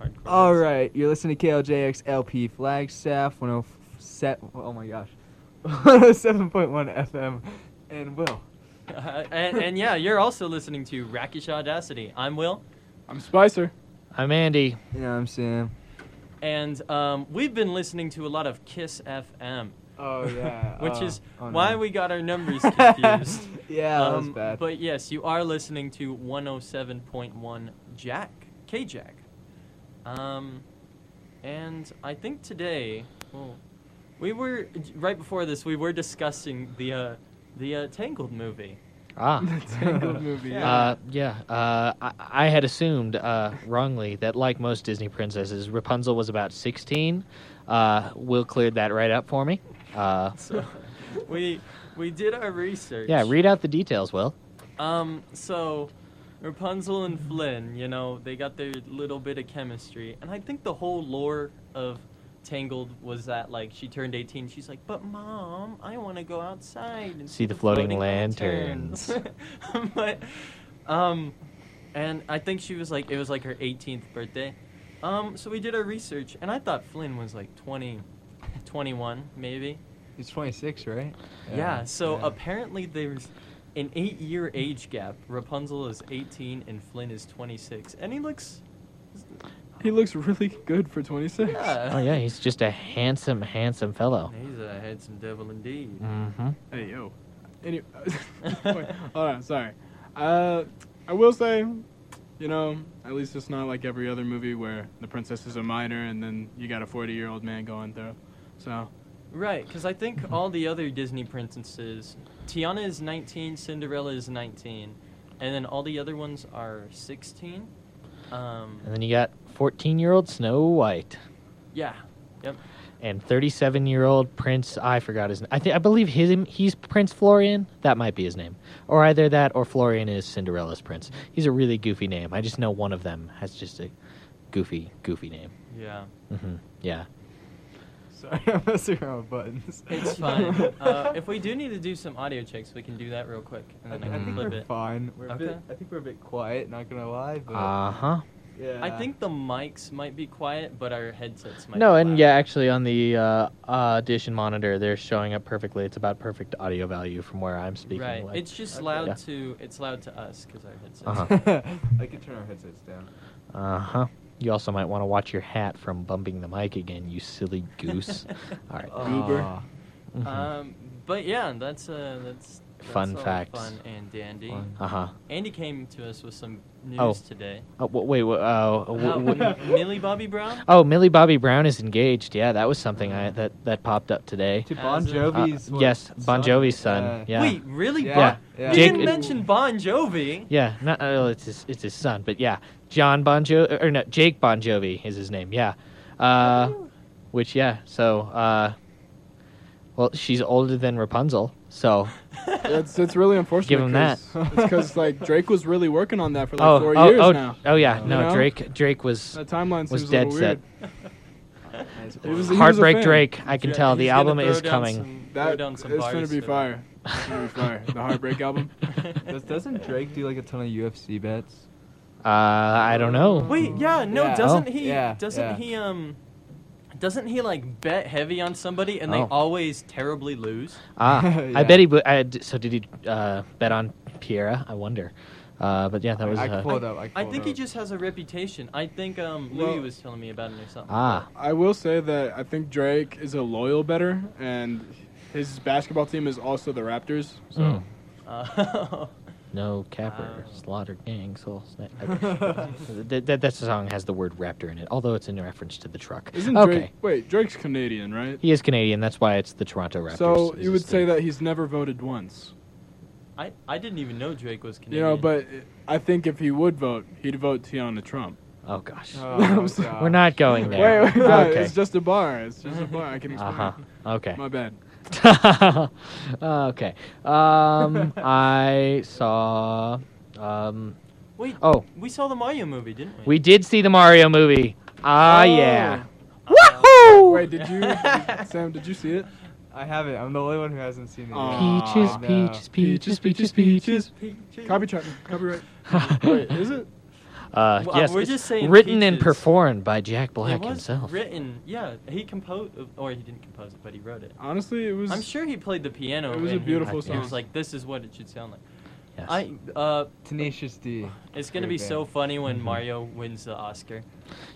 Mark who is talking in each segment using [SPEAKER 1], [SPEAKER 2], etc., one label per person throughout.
[SPEAKER 1] hardcore.
[SPEAKER 2] All right, you're listening to KLJX LP Flagstaff 107. Oh my gosh, 107.1 FM. And Will,
[SPEAKER 1] Uh, and, and yeah, you're also listening to Rackish Audacity. I'm Will,
[SPEAKER 3] I'm Spicer.
[SPEAKER 4] I'm Andy.
[SPEAKER 2] you know what I'm saying?
[SPEAKER 1] and um, we've been listening to a lot of Kiss FM,
[SPEAKER 2] Oh
[SPEAKER 1] yeah, Which uh, is
[SPEAKER 2] oh, no.
[SPEAKER 1] why we got our numbers confused.
[SPEAKER 2] yeah, that was
[SPEAKER 1] Um,
[SPEAKER 2] bad.
[SPEAKER 1] But yes, you are listening to 107.1 Jack, K Jack. Um, and I think today, well, we were, right before this, we were discussing the, uh, the uh, Tangled movie.
[SPEAKER 4] Ah.
[SPEAKER 3] Tangled movie.
[SPEAKER 1] Yeah.
[SPEAKER 4] Uh, yeah, uh, I, I had assumed uh, wrongly that, like most Disney princesses, Rapunzel was about 16. Uh, Will cleared that right up for me. Uh,
[SPEAKER 1] So we, we did our research.
[SPEAKER 4] yeah, read out the details, Will.
[SPEAKER 1] Um, so Rapunzel and Flynn, you know, they got their little bit of chemistry, and I think the whole lore of Tangled was that like she turned 18, she's like, "But mom, I want to go outside and
[SPEAKER 4] See the floating
[SPEAKER 1] lanterns." but um and I think she was like it was like her 18th birthday. Um so we did our research and I thought Flynn was like 20 21 maybe.
[SPEAKER 2] He's 26, right?
[SPEAKER 1] Yeah, so apparently there's an eight year age gap. Rapunzel is 18 and Flynn is 26. And he looks.
[SPEAKER 3] He looks really good for 26.
[SPEAKER 1] Yeah.
[SPEAKER 4] Oh, yeah, he's just a handsome, handsome fellow.
[SPEAKER 1] He's a handsome devil indeed.
[SPEAKER 4] Oh. Mm-hmm.
[SPEAKER 3] Hey yo. Any- Wait, hold on, sorry. Uh, I will say, you know, at least it's not like every other movie where the princess is a minor and then you got a 40 year old man going through. So
[SPEAKER 1] Right, because I think all the other Disney princesses. Tiana is 19, Cinderella is 19, and then all the other ones are 16. Um,
[SPEAKER 4] And then you got 14 year old Snow White
[SPEAKER 1] yeah.
[SPEAKER 4] and 37 year old Prince. I forgot his name. I, think I believe his, he's Prince Florian. That might be his name. Or either that or Florian is Cinderella's prince. He's a really goofy name. I just know one of them has just a goofy, goofy name.
[SPEAKER 1] Yeah.
[SPEAKER 4] hmm Yeah.
[SPEAKER 2] Sorry, I'm messing around with buttons.
[SPEAKER 1] It's fine. uh, if we do need to do some audio checks, we can do that real quick, and
[SPEAKER 2] I,
[SPEAKER 1] then
[SPEAKER 2] I
[SPEAKER 1] I can
[SPEAKER 2] think
[SPEAKER 1] flip
[SPEAKER 2] we're
[SPEAKER 1] it.
[SPEAKER 2] fine. We're a bit,
[SPEAKER 1] Okay.
[SPEAKER 2] I think we're a bit quiet, not gonna lie, but
[SPEAKER 4] Uh huh.
[SPEAKER 2] yeah.
[SPEAKER 1] I think the mics might be quiet, but our headsets might.
[SPEAKER 4] No,
[SPEAKER 1] be
[SPEAKER 4] and
[SPEAKER 1] loud.
[SPEAKER 4] yeah, actually, on the uh, audition monitor, they're showing up perfectly. It's about perfect audio value from where I'm speaking.
[SPEAKER 1] right.
[SPEAKER 4] like-
[SPEAKER 1] it's just
[SPEAKER 2] Okay.
[SPEAKER 1] loud
[SPEAKER 4] Yeah.
[SPEAKER 1] to it's loud to us because our headsets.
[SPEAKER 4] Uh-huh.
[SPEAKER 2] I could turn our headsets down.
[SPEAKER 4] Uh huh. You also might want to watch your hat from bumping the mic again, you silly goose. All right.
[SPEAKER 3] Goober.
[SPEAKER 2] Aw.
[SPEAKER 4] Mhm.
[SPEAKER 1] Oh, Um, but yeah, that's uh, that's, that's
[SPEAKER 4] Fun
[SPEAKER 1] all
[SPEAKER 4] facts.
[SPEAKER 1] Fun and dandy.
[SPEAKER 2] Fun.
[SPEAKER 4] Uh-huh.
[SPEAKER 1] Andy came to us with some news
[SPEAKER 4] Oh.
[SPEAKER 1] today.
[SPEAKER 4] Oh, w- wait. W- uh, w-
[SPEAKER 1] How-
[SPEAKER 4] w-
[SPEAKER 1] M- Millie Bobby Brown.
[SPEAKER 4] oh, Millie Bobby Brown is engaged. Yeah, that was something I that that popped up today.
[SPEAKER 2] To Bon
[SPEAKER 1] As a-
[SPEAKER 4] Uh,
[SPEAKER 2] Jovi's. what,
[SPEAKER 4] yes,
[SPEAKER 2] son?
[SPEAKER 4] Bon Jovi's son.
[SPEAKER 2] Uh,
[SPEAKER 4] yeah.
[SPEAKER 1] Wait, really?
[SPEAKER 2] Yeah,
[SPEAKER 1] Bon-
[SPEAKER 2] yeah.
[SPEAKER 1] You
[SPEAKER 4] Jake-
[SPEAKER 1] didn't mention Bon Jovi.
[SPEAKER 4] Yeah, not oh, it's his, it's his son, but yeah, John Bon Jovi or no, Jake Bon Jovi is his name. Yeah, uh, which yeah, so uh, well, she's older than Rapunzel, so
[SPEAKER 3] it's, it's really unfortunate.
[SPEAKER 4] Give him
[SPEAKER 3] 'cause
[SPEAKER 2] that.
[SPEAKER 3] It's because like Drake was really working on that for like
[SPEAKER 4] oh
[SPEAKER 3] four
[SPEAKER 4] oh
[SPEAKER 3] years
[SPEAKER 4] oh,
[SPEAKER 3] now.
[SPEAKER 4] oh yeah,
[SPEAKER 2] You
[SPEAKER 4] no
[SPEAKER 3] know?
[SPEAKER 4] Drake Drake was
[SPEAKER 3] That timeline
[SPEAKER 4] was
[SPEAKER 3] seems a
[SPEAKER 4] dead
[SPEAKER 3] little
[SPEAKER 4] set.
[SPEAKER 3] weird.
[SPEAKER 2] Nice
[SPEAKER 3] It was-
[SPEAKER 2] boy.
[SPEAKER 3] he
[SPEAKER 4] Heartbreak
[SPEAKER 3] fan.
[SPEAKER 4] Drake. I can
[SPEAKER 1] Yeah,
[SPEAKER 4] tell
[SPEAKER 1] he's
[SPEAKER 4] the
[SPEAKER 1] gonna
[SPEAKER 4] album
[SPEAKER 1] throw
[SPEAKER 4] is
[SPEAKER 1] down
[SPEAKER 4] coming.
[SPEAKER 1] some- throw
[SPEAKER 3] That
[SPEAKER 1] down some
[SPEAKER 3] it's
[SPEAKER 1] bars
[SPEAKER 3] gonna be
[SPEAKER 1] for-
[SPEAKER 3] fire. It's gonna be fire. The Heartbreak album.
[SPEAKER 2] Does, doesn't Drake do like a ton of UFC bets?
[SPEAKER 4] Uh, I don't know.
[SPEAKER 1] Wait, yeah, no,
[SPEAKER 2] Yeah.
[SPEAKER 1] doesn't
[SPEAKER 4] Oh.
[SPEAKER 1] he?
[SPEAKER 2] Yeah,
[SPEAKER 1] doesn't
[SPEAKER 2] yeah.
[SPEAKER 1] he? Um, doesn't he like bet heavy on somebody and they
[SPEAKER 4] Oh.
[SPEAKER 1] always terribly lose?
[SPEAKER 4] Ah,
[SPEAKER 2] Yeah.
[SPEAKER 4] I bet he. bu- I d so did he uh, bet on Piera? I wonder. Uh, but yeah, that was.
[SPEAKER 2] I, I
[SPEAKER 4] uh,
[SPEAKER 2] pulled up. I,
[SPEAKER 1] I
[SPEAKER 2] pulled
[SPEAKER 1] think he
[SPEAKER 2] up.
[SPEAKER 1] just has a reputation. I think um,
[SPEAKER 3] Well-
[SPEAKER 1] Louis was telling me about it or something.
[SPEAKER 4] ah,
[SPEAKER 3] I will say that I think Drake is a loyal better, and his basketball team is also the Raptors. So
[SPEAKER 4] Mm.
[SPEAKER 1] Uh,
[SPEAKER 4] No capper,
[SPEAKER 3] Uh.
[SPEAKER 1] Oh.
[SPEAKER 4] slaughtered gang, soul snack. that, that, that song has the word raptor in it, although it's in reference to the truck.
[SPEAKER 3] isn't
[SPEAKER 4] okay,
[SPEAKER 3] Drake? Wait, Drake's Canadian, right?
[SPEAKER 4] he is Canadian. That's why it's the Toronto Raptors.
[SPEAKER 3] So
[SPEAKER 4] is
[SPEAKER 3] you would
[SPEAKER 4] his
[SPEAKER 3] say
[SPEAKER 4] thing.
[SPEAKER 3] that he's never voted once.
[SPEAKER 1] I, I didn't even know Drake was
[SPEAKER 3] You
[SPEAKER 1] Canadian.
[SPEAKER 3] know, but I think if he would vote, he'd vote Tiana Trump.
[SPEAKER 4] Oh gosh,
[SPEAKER 2] Oh,
[SPEAKER 4] we're not going
[SPEAKER 3] Wait,
[SPEAKER 4] there.
[SPEAKER 3] wait, no,
[SPEAKER 4] okay.
[SPEAKER 3] it's just a bar. It's just a bar. I can explain.
[SPEAKER 4] uh-huh. Okay.
[SPEAKER 3] My bad.
[SPEAKER 4] okay. Um, I saw. Um,
[SPEAKER 1] wait,
[SPEAKER 4] oh,
[SPEAKER 1] we saw the Mario movie, didn't we?
[SPEAKER 4] Mm-hmm. we did see the Mario movie. Ah, yeah.
[SPEAKER 1] Oh.
[SPEAKER 4] Woohoo!
[SPEAKER 3] Wait, did you, did- Sam? Did you see it?
[SPEAKER 2] I haven't. I'm the only one who hasn't seen it. yet. uh,
[SPEAKER 3] Aw.
[SPEAKER 4] Peaches,
[SPEAKER 3] Oh,
[SPEAKER 2] no.
[SPEAKER 4] peaches, peaches, peaches, peaches.
[SPEAKER 3] Copyright. Copyright.
[SPEAKER 4] peaches.
[SPEAKER 3] Wait, is it?
[SPEAKER 4] Uh,
[SPEAKER 1] Well, uh,
[SPEAKER 4] yes,
[SPEAKER 1] we're
[SPEAKER 4] it's
[SPEAKER 1] just saying
[SPEAKER 4] written and
[SPEAKER 1] Peaches.
[SPEAKER 4] performed by Jack Black
[SPEAKER 1] it was
[SPEAKER 4] himself.
[SPEAKER 1] written. Yeah, he composed, or he didn't compose it, but he wrote it.
[SPEAKER 3] Honestly, it was.
[SPEAKER 1] I'm sure he played the piano.
[SPEAKER 3] It was a
[SPEAKER 1] and he-
[SPEAKER 3] beautiful
[SPEAKER 1] He
[SPEAKER 4] song.
[SPEAKER 1] was like, "This is what it should sound like."
[SPEAKER 4] Yes.
[SPEAKER 1] I uh,
[SPEAKER 2] Tenacious D.
[SPEAKER 1] it's gonna be
[SPEAKER 2] Great
[SPEAKER 1] so
[SPEAKER 2] band.
[SPEAKER 1] funny when
[SPEAKER 4] Mm-hmm.
[SPEAKER 1] Mario wins the Oscar.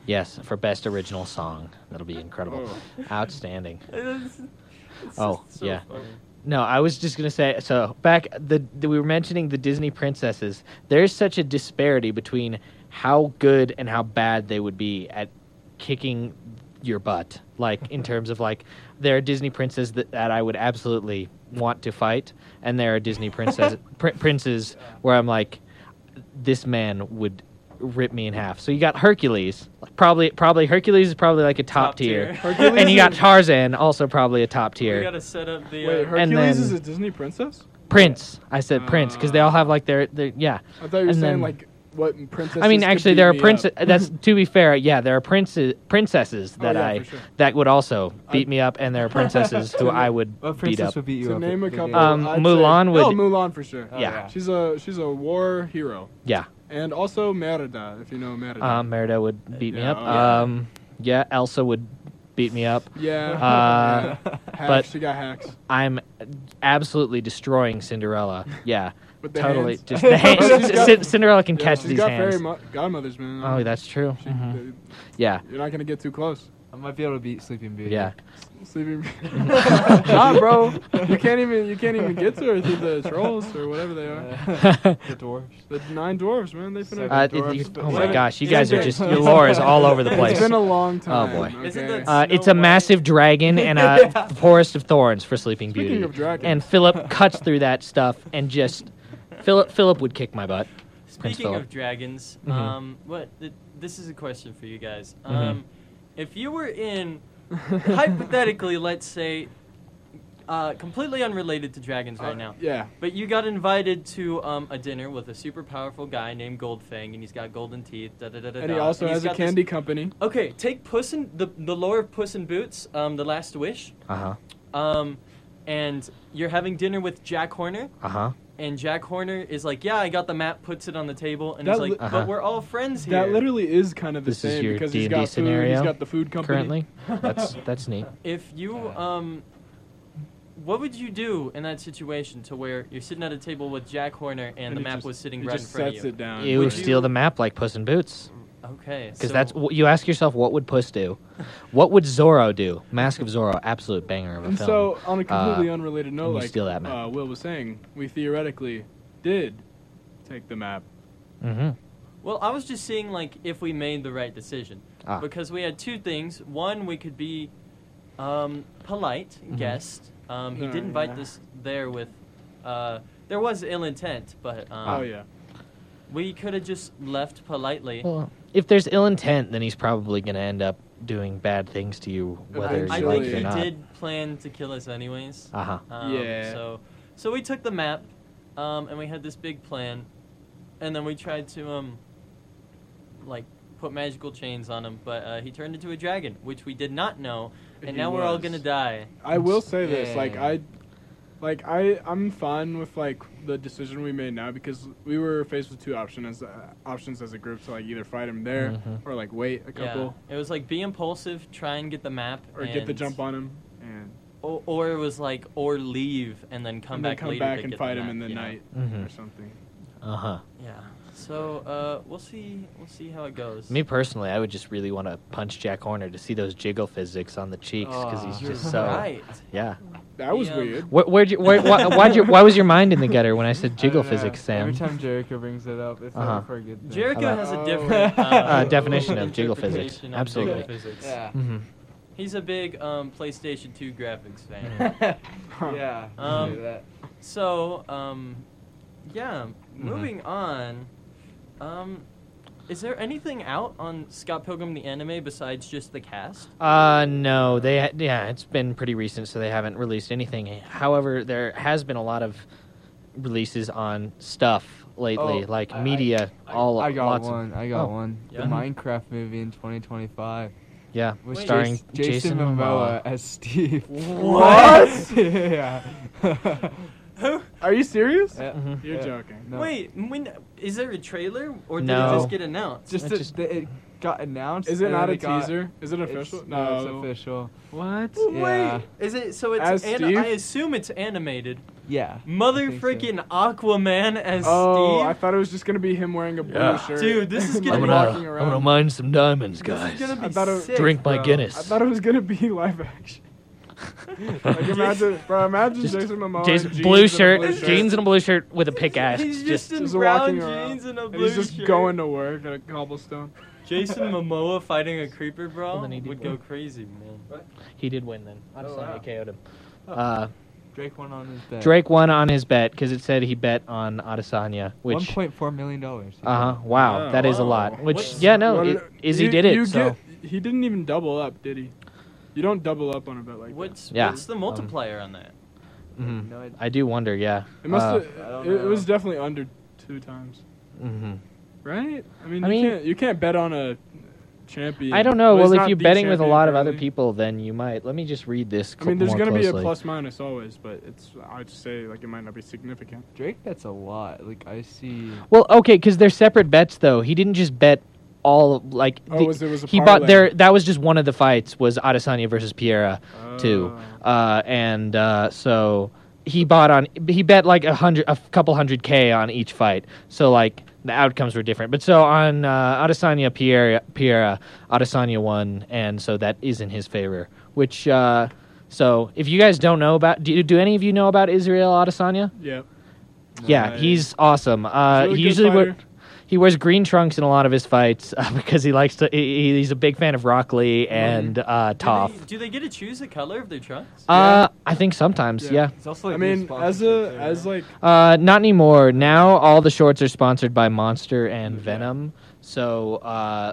[SPEAKER 4] yes, for best original song. That'll be incredible.
[SPEAKER 3] Oh.
[SPEAKER 4] Outstanding.
[SPEAKER 1] It's- it's
[SPEAKER 4] Oh,
[SPEAKER 1] just so
[SPEAKER 4] yeah.
[SPEAKER 1] funny.
[SPEAKER 4] No, I was just gonna say. So back the, the we were mentioning the Disney princesses. There's such a disparity between how good and how bad they would be at kicking your butt. Like in terms of like, there are Disney princes that, that I would absolutely want to fight, and there are Disney princess pr- princes where I'm like, this man would rip me in half. So you got Hercules, probably probably Hercules is probably like a top,
[SPEAKER 1] Top tier.
[SPEAKER 4] tier,
[SPEAKER 1] Hercules
[SPEAKER 4] and you got
[SPEAKER 3] is-
[SPEAKER 4] Tarzan, also probably a top tier.
[SPEAKER 1] We gotta set up the.
[SPEAKER 3] Wait,
[SPEAKER 1] uh,
[SPEAKER 3] Hercules
[SPEAKER 4] then-
[SPEAKER 3] is a Disney princess?
[SPEAKER 4] Prince. I said Prince because they all
[SPEAKER 3] Uh,
[SPEAKER 4] have like their, their yeah.
[SPEAKER 3] I thought you were saying
[SPEAKER 4] And then-
[SPEAKER 3] like what princess.
[SPEAKER 4] I mean, actually, there are princes. That's to be fair. Yeah, there are princes, princesses
[SPEAKER 3] Oh,
[SPEAKER 4] that
[SPEAKER 3] yeah,
[SPEAKER 4] I
[SPEAKER 3] for sure.
[SPEAKER 4] that would also beat
[SPEAKER 3] I-
[SPEAKER 4] me up, and there are princesses who I would
[SPEAKER 2] What
[SPEAKER 4] beat
[SPEAKER 2] princess
[SPEAKER 4] up.
[SPEAKER 2] would beat you
[SPEAKER 3] To
[SPEAKER 2] up?
[SPEAKER 3] name a
[SPEAKER 2] if they
[SPEAKER 3] couple,
[SPEAKER 2] did?
[SPEAKER 4] Um,
[SPEAKER 3] I'd
[SPEAKER 4] Mulan
[SPEAKER 3] say,
[SPEAKER 4] would-
[SPEAKER 3] Oh, Mulan for sure.
[SPEAKER 2] Oh,
[SPEAKER 4] yeah.
[SPEAKER 3] She's a she's a war hero,
[SPEAKER 4] yeah,
[SPEAKER 3] and also Merida, if you know Merida.
[SPEAKER 4] um, Merida would beat me
[SPEAKER 3] Yeah, oh,
[SPEAKER 4] up.
[SPEAKER 3] yeah.
[SPEAKER 4] Um, yeah, Elsa would beat me up.
[SPEAKER 3] yeah,
[SPEAKER 4] uh,
[SPEAKER 3] yeah. Hacks,
[SPEAKER 4] but-
[SPEAKER 3] she got hacks.
[SPEAKER 4] I'm absolutely destroying Cinderella. Yeah,
[SPEAKER 3] With the
[SPEAKER 4] totally.
[SPEAKER 3] hands.
[SPEAKER 4] Just the hands.
[SPEAKER 3] She's got-
[SPEAKER 4] Cin- Cinderella can
[SPEAKER 3] Yeah,
[SPEAKER 4] catch
[SPEAKER 3] she's
[SPEAKER 4] these
[SPEAKER 3] got
[SPEAKER 4] hands.
[SPEAKER 3] fairy mo- godmothers, man.
[SPEAKER 4] oh, that's true.
[SPEAKER 3] She,
[SPEAKER 4] Mhm.
[SPEAKER 3] they-
[SPEAKER 4] Yeah,
[SPEAKER 3] You're not gonna get too close.
[SPEAKER 2] I might be able to beat Sleeping Beauty.
[SPEAKER 4] yeah.
[SPEAKER 3] Sleeping. nah, bro. You can't even you can't even get to her through the trolls or whatever they are.
[SPEAKER 2] the dwarves.
[SPEAKER 3] The nine dwarves, man. They finna.
[SPEAKER 4] Uh,
[SPEAKER 2] Dwarves,
[SPEAKER 4] it- you-
[SPEAKER 2] but
[SPEAKER 4] oh my
[SPEAKER 2] seven-
[SPEAKER 4] gosh, you guys are
[SPEAKER 3] seven-
[SPEAKER 4] just your lore is all over the
[SPEAKER 1] It's
[SPEAKER 4] place. Oh,
[SPEAKER 3] It's been a long time.
[SPEAKER 4] boy.
[SPEAKER 3] Okay.
[SPEAKER 1] Isn't that-
[SPEAKER 4] Uh,
[SPEAKER 1] Snow
[SPEAKER 4] it's a
[SPEAKER 1] White.
[SPEAKER 4] massive dragon and a forest of thorns for Sleeping
[SPEAKER 3] Speaking
[SPEAKER 4] Beauty.
[SPEAKER 3] of dragons.
[SPEAKER 4] and Philip cuts through that stuff and just Philip Philip would kick my butt.
[SPEAKER 1] Speaking
[SPEAKER 4] Prince Philip.
[SPEAKER 1] of dragons,
[SPEAKER 4] Mhm.
[SPEAKER 1] um, what th- this is a question for you guys.
[SPEAKER 4] Mhm.
[SPEAKER 1] Um, if you were in hypothetically, let's say, uh, completely unrelated to dragons right
[SPEAKER 3] Uh,
[SPEAKER 1] now,
[SPEAKER 3] Yeah.
[SPEAKER 1] but you got invited to um, a dinner with a super powerful guy named Goldfang, and he's got golden teeth. Da, da, da, da,
[SPEAKER 3] And he
[SPEAKER 1] da,
[SPEAKER 3] also
[SPEAKER 1] and he's
[SPEAKER 3] has a
[SPEAKER 1] got this-
[SPEAKER 3] candy company.
[SPEAKER 1] Okay, take Puss in the the lore of Puss in Boots, um, the Last Wish,
[SPEAKER 4] Uh huh.
[SPEAKER 1] um, and you're having dinner with Jack Horner,
[SPEAKER 4] Uh huh.
[SPEAKER 1] and Jack Horner is like, "Yeah, I got the map," puts it on the table, and
[SPEAKER 3] That
[SPEAKER 1] he's like,
[SPEAKER 3] li-
[SPEAKER 4] Uh-huh.
[SPEAKER 1] "But we're all friends here."
[SPEAKER 3] That literally is kind of the
[SPEAKER 4] This is
[SPEAKER 3] same
[SPEAKER 4] your
[SPEAKER 3] because he's
[SPEAKER 4] D&D
[SPEAKER 3] got food,
[SPEAKER 4] scenario
[SPEAKER 3] he's got the food company.
[SPEAKER 4] Currently, that's that's neat.
[SPEAKER 1] If you um, what would you do in that situation to where you're sitting at a table with Jack Horner and, the
[SPEAKER 3] he
[SPEAKER 1] map
[SPEAKER 3] just-
[SPEAKER 1] was sitting
[SPEAKER 3] he
[SPEAKER 1] right in
[SPEAKER 3] just
[SPEAKER 1] front of
[SPEAKER 3] sets
[SPEAKER 1] you?
[SPEAKER 3] it down.
[SPEAKER 4] You
[SPEAKER 1] Uh, Would
[SPEAKER 4] steal
[SPEAKER 1] you-
[SPEAKER 4] the map like Puss in Boots
[SPEAKER 1] Okay,
[SPEAKER 4] because
[SPEAKER 1] so-
[SPEAKER 4] that's wh- you ask yourself what would Puss do, what would Zorro do? Mask of Zorro, absolute banger of a
[SPEAKER 3] And
[SPEAKER 4] film.
[SPEAKER 3] so, on a completely
[SPEAKER 4] Uh,
[SPEAKER 3] unrelated note,
[SPEAKER 4] and you
[SPEAKER 3] like
[SPEAKER 4] steal that map.
[SPEAKER 3] Uh, Will was saying, we theoretically did take the map.
[SPEAKER 4] hmm
[SPEAKER 1] Well, I was just seeing like if we made the right decision
[SPEAKER 4] Ah.
[SPEAKER 1] because we had two things. One, we could be um, polite guest. Um, he
[SPEAKER 3] Oh,
[SPEAKER 1] did invite
[SPEAKER 3] yeah.
[SPEAKER 1] this there with. Uh, there was ill intent, but um,
[SPEAKER 4] Ah.
[SPEAKER 3] oh yeah,
[SPEAKER 1] we could have just left politely.
[SPEAKER 4] Well, if there's ill intent, then he's probably gonna end up doing bad things to you, whether you
[SPEAKER 1] I
[SPEAKER 4] like
[SPEAKER 1] think
[SPEAKER 4] it or
[SPEAKER 1] he
[SPEAKER 4] not.
[SPEAKER 1] did plan to kill us anyways.
[SPEAKER 4] Uh huh.
[SPEAKER 1] Um,
[SPEAKER 3] Yeah.
[SPEAKER 1] So, so we took the map, um, and we had this big plan, and then we tried to um, like put magical chains on him, but uh, he turned into a dragon, which we did not know, and
[SPEAKER 3] He
[SPEAKER 1] now we're all
[SPEAKER 3] was.
[SPEAKER 1] gonna die.
[SPEAKER 3] I will say this,
[SPEAKER 2] Yeah.
[SPEAKER 3] like I, like I, I'm fine with like the decision we made now because we were faced with two options, uh, options as a group to like either fight him there
[SPEAKER 4] Mhm.
[SPEAKER 3] or like wait a couple
[SPEAKER 1] Mm-hmm. Yeah. It was like be impulsive, try and get the map,
[SPEAKER 3] or get the
[SPEAKER 1] and-
[SPEAKER 3] jump on him and
[SPEAKER 1] Or, or it was like or leave and then come
[SPEAKER 3] and then
[SPEAKER 1] back
[SPEAKER 3] come
[SPEAKER 1] later
[SPEAKER 3] back
[SPEAKER 1] to
[SPEAKER 3] and
[SPEAKER 1] get
[SPEAKER 3] fight him
[SPEAKER 1] map,
[SPEAKER 3] in the
[SPEAKER 1] you know?
[SPEAKER 3] night
[SPEAKER 4] Mhm.
[SPEAKER 1] Mm-hmm.
[SPEAKER 3] or something.
[SPEAKER 4] Uh huh.
[SPEAKER 1] Yeah. So uh, we'll see. We'll see how it goes.
[SPEAKER 4] Me personally, I would just really want to punch Jack Horner to see those jiggle physics on the cheeks because
[SPEAKER 1] Oh,
[SPEAKER 4] he's
[SPEAKER 1] you're
[SPEAKER 4] just so.
[SPEAKER 1] right.
[SPEAKER 4] Yeah.
[SPEAKER 3] That was
[SPEAKER 1] Yeah.
[SPEAKER 3] weird.
[SPEAKER 4] Where, where'd you, where, why, why'd you, why was your mind in the gutter when I said jiggle
[SPEAKER 2] I don't know.
[SPEAKER 4] physics,
[SPEAKER 2] Every
[SPEAKER 4] Sam?
[SPEAKER 2] time Jericho brings it up, it's never
[SPEAKER 4] Uh-huh.
[SPEAKER 2] for a good thing.
[SPEAKER 1] Jericho
[SPEAKER 4] How about-
[SPEAKER 1] has a
[SPEAKER 3] Oh.
[SPEAKER 1] different uh,
[SPEAKER 2] Uh,
[SPEAKER 4] definition of jiggle physics.
[SPEAKER 1] interpretation of
[SPEAKER 4] Absolutely.
[SPEAKER 1] jiggle physics.
[SPEAKER 2] Yeah.
[SPEAKER 4] hmm
[SPEAKER 1] He's a big um, PlayStation 2 graphics fan.
[SPEAKER 2] yeah.
[SPEAKER 3] Huh.
[SPEAKER 1] Um,
[SPEAKER 2] do that.
[SPEAKER 1] so, um, yeah,
[SPEAKER 3] Mm-hmm.
[SPEAKER 1] moving on. Um, is there anything out on Scott Pilgrim the anime besides just the cast?
[SPEAKER 4] Uh, no, they ha- yeah, it's been pretty recent, so they haven't released anything. However, there has been a lot of releases on stuff lately,
[SPEAKER 2] Oh,
[SPEAKER 4] like
[SPEAKER 2] I- I-
[SPEAKER 4] media. all
[SPEAKER 2] I got
[SPEAKER 4] lots of-
[SPEAKER 2] one. I got
[SPEAKER 4] Oh,
[SPEAKER 2] one.
[SPEAKER 1] Yeah.
[SPEAKER 2] The Minecraft movie in 2025
[SPEAKER 4] yeah,
[SPEAKER 2] with
[SPEAKER 4] starring
[SPEAKER 2] Jas- Jason, Momoa as Steve.
[SPEAKER 1] What?
[SPEAKER 2] yeah.
[SPEAKER 1] Who?
[SPEAKER 3] Are you serious?
[SPEAKER 2] Yeah.
[SPEAKER 4] Mhm.
[SPEAKER 3] You're
[SPEAKER 2] Yeah.
[SPEAKER 3] joking.
[SPEAKER 2] No.
[SPEAKER 1] Wait, when is there a trailer or did
[SPEAKER 4] No.
[SPEAKER 1] it just get announced?
[SPEAKER 2] Just,
[SPEAKER 4] It's
[SPEAKER 2] that
[SPEAKER 4] just-
[SPEAKER 2] that it got announced.
[SPEAKER 3] Is it
[SPEAKER 2] and
[SPEAKER 3] not
[SPEAKER 2] then
[SPEAKER 3] a
[SPEAKER 2] got-
[SPEAKER 3] teaser? Is it
[SPEAKER 2] it's-
[SPEAKER 3] official?
[SPEAKER 2] no, it's official.
[SPEAKER 3] What?
[SPEAKER 1] Wait,
[SPEAKER 2] yeah.
[SPEAKER 1] is it so? It's
[SPEAKER 3] As
[SPEAKER 1] an,
[SPEAKER 3] Steve?
[SPEAKER 1] I assume it's animated.
[SPEAKER 2] Yeah.
[SPEAKER 1] Mother
[SPEAKER 2] think so.
[SPEAKER 1] freaking Aquaman as
[SPEAKER 3] Oh, I
[SPEAKER 1] Steve.
[SPEAKER 3] thought it was just gonna be him wearing a blue
[SPEAKER 4] Yeah.
[SPEAKER 3] shirt.
[SPEAKER 1] Dude, this is
[SPEAKER 3] and
[SPEAKER 1] gonna
[SPEAKER 4] I'm
[SPEAKER 1] be-
[SPEAKER 4] gonna,
[SPEAKER 3] walking
[SPEAKER 4] I'm
[SPEAKER 3] around.
[SPEAKER 4] gonna mine some diamonds,
[SPEAKER 1] This is
[SPEAKER 4] guys.
[SPEAKER 1] gonna be
[SPEAKER 3] I thought it-
[SPEAKER 1] sick,
[SPEAKER 4] Drink my
[SPEAKER 1] bro.
[SPEAKER 4] Guinness.
[SPEAKER 3] I thought it was gonna be live action. Like imagine, bro, imagine
[SPEAKER 4] Just
[SPEAKER 3] Jason Momoa. in
[SPEAKER 4] Jason,
[SPEAKER 3] jeans and
[SPEAKER 4] blue
[SPEAKER 3] a
[SPEAKER 4] shirt,
[SPEAKER 1] blue shirt.
[SPEAKER 4] jeans and a blue shirt with a pickaxe.
[SPEAKER 1] He's just, in
[SPEAKER 3] just
[SPEAKER 1] brown
[SPEAKER 3] walking around,
[SPEAKER 1] jeans and a
[SPEAKER 3] and
[SPEAKER 1] blue
[SPEAKER 3] he's just
[SPEAKER 1] shirt.
[SPEAKER 3] going to work at a cobblestone.
[SPEAKER 1] Jason Momoa fighting a creeper, bro,
[SPEAKER 4] Well, then he did
[SPEAKER 1] would
[SPEAKER 4] win.
[SPEAKER 1] go crazy, man.
[SPEAKER 4] he did win then. I
[SPEAKER 2] Oh,
[SPEAKER 4] decided
[SPEAKER 2] wow.
[SPEAKER 4] I KO'd him.
[SPEAKER 3] Oh.
[SPEAKER 4] Uh,
[SPEAKER 2] Drake won on his bet.
[SPEAKER 4] Drake won on his bet because it said he bet on Adesanya, which.
[SPEAKER 2] $1.4 million. dollars.
[SPEAKER 4] Uh huh. Wow,
[SPEAKER 3] Oh, Wow.
[SPEAKER 4] that is a
[SPEAKER 1] Wow.
[SPEAKER 4] lot. Which,
[SPEAKER 1] What's-
[SPEAKER 4] yeah, no,
[SPEAKER 3] What-
[SPEAKER 4] it, Izzy
[SPEAKER 3] you-
[SPEAKER 4] did it.
[SPEAKER 3] you
[SPEAKER 4] so
[SPEAKER 3] get- he didn't even double up, did he? You don't double up on a bet like
[SPEAKER 1] What's
[SPEAKER 4] Yeah. Um,
[SPEAKER 1] what's the multiplier on that?
[SPEAKER 4] Mhm.
[SPEAKER 2] No, it-
[SPEAKER 4] I do wonder. Yeah.
[SPEAKER 3] that. It must.
[SPEAKER 4] Uh,
[SPEAKER 2] I don't
[SPEAKER 3] it, it was
[SPEAKER 2] know.
[SPEAKER 3] definitely under two times,
[SPEAKER 4] mhm.
[SPEAKER 3] right? I mean,
[SPEAKER 4] I
[SPEAKER 3] you
[SPEAKER 4] mean-
[SPEAKER 3] can't you can't bet on a champion.
[SPEAKER 4] I don't know.
[SPEAKER 3] he's
[SPEAKER 4] Well, if
[SPEAKER 3] not
[SPEAKER 4] you're
[SPEAKER 3] the
[SPEAKER 4] betting with a
[SPEAKER 3] champion
[SPEAKER 4] lot of other
[SPEAKER 3] currently.
[SPEAKER 4] people, then you might. Let me just read this.
[SPEAKER 3] I
[SPEAKER 4] Cl-
[SPEAKER 3] mean, there's
[SPEAKER 4] more
[SPEAKER 3] gonna be
[SPEAKER 4] closely.
[SPEAKER 3] a plus minus always, but it's I'd say like it might not be significant.
[SPEAKER 2] Drake bets a lot. Like, I see.
[SPEAKER 4] Well, okay, because they're separate bets, though. He didn't just bet all like.
[SPEAKER 3] Oh,
[SPEAKER 4] the-
[SPEAKER 3] was it- was a
[SPEAKER 4] he bought
[SPEAKER 3] parlay.
[SPEAKER 4] there. That was just one of the fights. Was Adesanya versus Piera two,
[SPEAKER 3] Oh.
[SPEAKER 4] uh, and uh, so he bought on. He bet like a hundred, a couple hundred k on each fight. So like the outcomes were different. But so on uh, Adesanya Piera, Piera, Adesanya won, and so that is in his favor. Which uh, so if you guys don't know about, do, do any of you know about Israel Adesanya?
[SPEAKER 3] Yeah.
[SPEAKER 4] Yeah,
[SPEAKER 3] Nice.
[SPEAKER 4] he's awesome. Uh,
[SPEAKER 3] really
[SPEAKER 4] he
[SPEAKER 3] good
[SPEAKER 4] usually wear,
[SPEAKER 3] fighter.
[SPEAKER 4] he wears green trunks in a lot of his fights uh, because he likes to. He, he's a big fan of Rock Lee and uh,
[SPEAKER 1] Do
[SPEAKER 4] Toff.
[SPEAKER 1] They, do they get to choose the color of their trunks?
[SPEAKER 4] Uh, I think sometimes,
[SPEAKER 3] Yeah.
[SPEAKER 4] yeah.
[SPEAKER 2] It's also
[SPEAKER 3] I
[SPEAKER 2] like
[SPEAKER 3] mean, as a as like
[SPEAKER 4] Uh, not anymore. Now all the shorts are sponsored by Monster and Venom, so uh,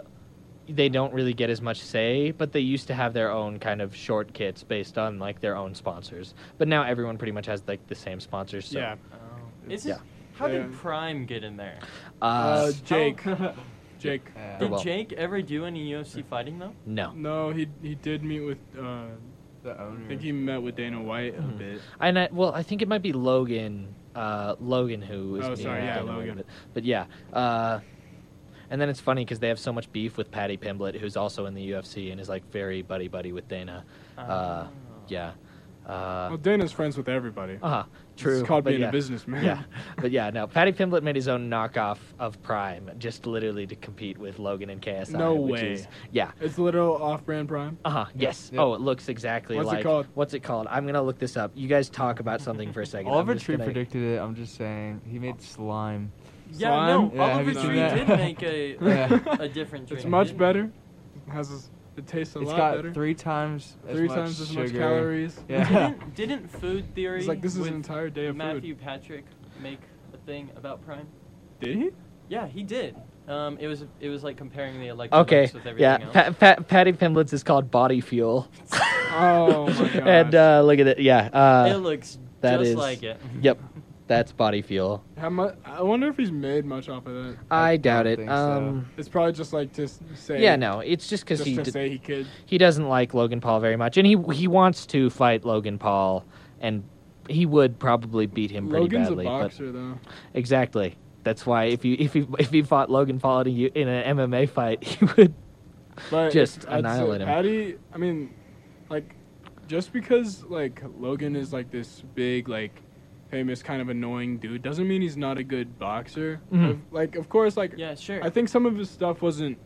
[SPEAKER 4] they don't really get as much say. But they used to have their own kind of short kits based on like their own sponsors. But now everyone pretty much has like the same sponsors. So.
[SPEAKER 3] yeah.
[SPEAKER 1] Oh. Is
[SPEAKER 4] Yeah.
[SPEAKER 1] it, how did
[SPEAKER 3] Yeah.
[SPEAKER 1] Prime get in there?
[SPEAKER 4] Uh,
[SPEAKER 3] Uh, Jake,
[SPEAKER 1] Oh.
[SPEAKER 3] Jake.
[SPEAKER 2] uh,
[SPEAKER 1] Did
[SPEAKER 4] well.
[SPEAKER 1] Jake ever do any UFC fighting though?
[SPEAKER 4] no.
[SPEAKER 3] No, he he did meet with. Uh,
[SPEAKER 2] the owner.
[SPEAKER 3] I think he met with Dana White a
[SPEAKER 4] Mhm.
[SPEAKER 3] bit.
[SPEAKER 4] And I, well, I think it might be Logan, uh, Logan who is.
[SPEAKER 3] Oh,
[SPEAKER 4] being
[SPEAKER 3] sorry, yeah,
[SPEAKER 4] acting a little
[SPEAKER 3] Logan.
[SPEAKER 4] bit. But yeah, uh, and then it's funny because they have so much beef with Patty Pimblett, who's also in the UFC and is like very buddy buddy with Dana. Uh, Yeah. Uh
[SPEAKER 3] Oh. Well, Dana's friends with everybody.
[SPEAKER 4] huh. True.
[SPEAKER 3] It's called
[SPEAKER 4] but
[SPEAKER 3] being
[SPEAKER 4] yeah.
[SPEAKER 3] a businessman.
[SPEAKER 4] Yeah, but yeah, no. Patty Pimblett made his own knockoff of Prime, just literally to compete with Logan and KSI.
[SPEAKER 3] No
[SPEAKER 4] which
[SPEAKER 3] way.
[SPEAKER 4] Is, yeah.
[SPEAKER 3] It's a little off-brand Prime.
[SPEAKER 4] Uh huh. Yes.
[SPEAKER 2] yeah.
[SPEAKER 4] Oh, it looks exactly
[SPEAKER 3] What's it
[SPEAKER 4] like.
[SPEAKER 3] called?
[SPEAKER 4] What's it called? I'm gonna look this up. You guys talk about something for a second. I'm
[SPEAKER 2] Oliver
[SPEAKER 4] just
[SPEAKER 2] Tree
[SPEAKER 4] gonna-
[SPEAKER 2] predicted it. I'm just saying. He made slime.
[SPEAKER 1] Yeah,
[SPEAKER 3] Slime?
[SPEAKER 1] no.
[SPEAKER 2] Yeah, have
[SPEAKER 1] Oliver
[SPEAKER 2] you seen
[SPEAKER 1] Tree
[SPEAKER 2] that?
[SPEAKER 1] did make a
[SPEAKER 2] Yeah.
[SPEAKER 1] a different drink.
[SPEAKER 3] It's much
[SPEAKER 1] didn't he?
[SPEAKER 3] better. It has a s- it tastes a
[SPEAKER 2] it's
[SPEAKER 3] lot
[SPEAKER 2] got
[SPEAKER 3] better.
[SPEAKER 2] three times as
[SPEAKER 3] Three
[SPEAKER 2] much
[SPEAKER 3] times as much
[SPEAKER 2] sugar.
[SPEAKER 3] calories.
[SPEAKER 2] Yeah.
[SPEAKER 1] Didn't, didn't food theory
[SPEAKER 3] It's like this is
[SPEAKER 1] with
[SPEAKER 3] an entire day of
[SPEAKER 1] Matthew Patrick make a thing about Prime?
[SPEAKER 3] food. Did he?
[SPEAKER 1] Yeah, he did. Um, it was it was like comparing the Electrolux
[SPEAKER 4] Okay.
[SPEAKER 1] with everything
[SPEAKER 4] Yeah.
[SPEAKER 1] else.
[SPEAKER 4] Pa- pa- Patty Pimblett's is called Body Fuel.
[SPEAKER 3] Oh my gosh.
[SPEAKER 4] and uh, look at it. Yeah.
[SPEAKER 1] it
[SPEAKER 4] Uh,
[SPEAKER 1] looks
[SPEAKER 4] that
[SPEAKER 1] just
[SPEAKER 4] is-
[SPEAKER 1] like it.
[SPEAKER 4] yep. That's Body Fuel.
[SPEAKER 3] How much? I wonder if he's made much off of that.
[SPEAKER 4] I doubt
[SPEAKER 2] don't
[SPEAKER 4] it.
[SPEAKER 2] think so.
[SPEAKER 4] Um,
[SPEAKER 3] It's probably just like to s- say.
[SPEAKER 4] yeah, no, it's just because
[SPEAKER 3] Just
[SPEAKER 4] he
[SPEAKER 3] to
[SPEAKER 4] d-
[SPEAKER 3] say he could.
[SPEAKER 4] he doesn't like Logan Paul very much, and he he wants to fight Logan Paul, and he would probably beat him pretty
[SPEAKER 3] Logan's
[SPEAKER 4] badly.
[SPEAKER 3] a
[SPEAKER 4] but-
[SPEAKER 3] boxer though.
[SPEAKER 4] exactly, that's why if you if you if he fought Logan Paul in, a, U- in an MMA fight, he would.
[SPEAKER 3] But
[SPEAKER 4] Just
[SPEAKER 3] it's- I'd say
[SPEAKER 4] annihilate him.
[SPEAKER 3] Patty, I mean, like, just because like Logan is like this big like famous kind of annoying dude doesn't mean he's not a good boxer.
[SPEAKER 4] Mhm.
[SPEAKER 3] Of- like, of course, like
[SPEAKER 1] Yeah, sure.
[SPEAKER 3] I think some of his stuff wasn't.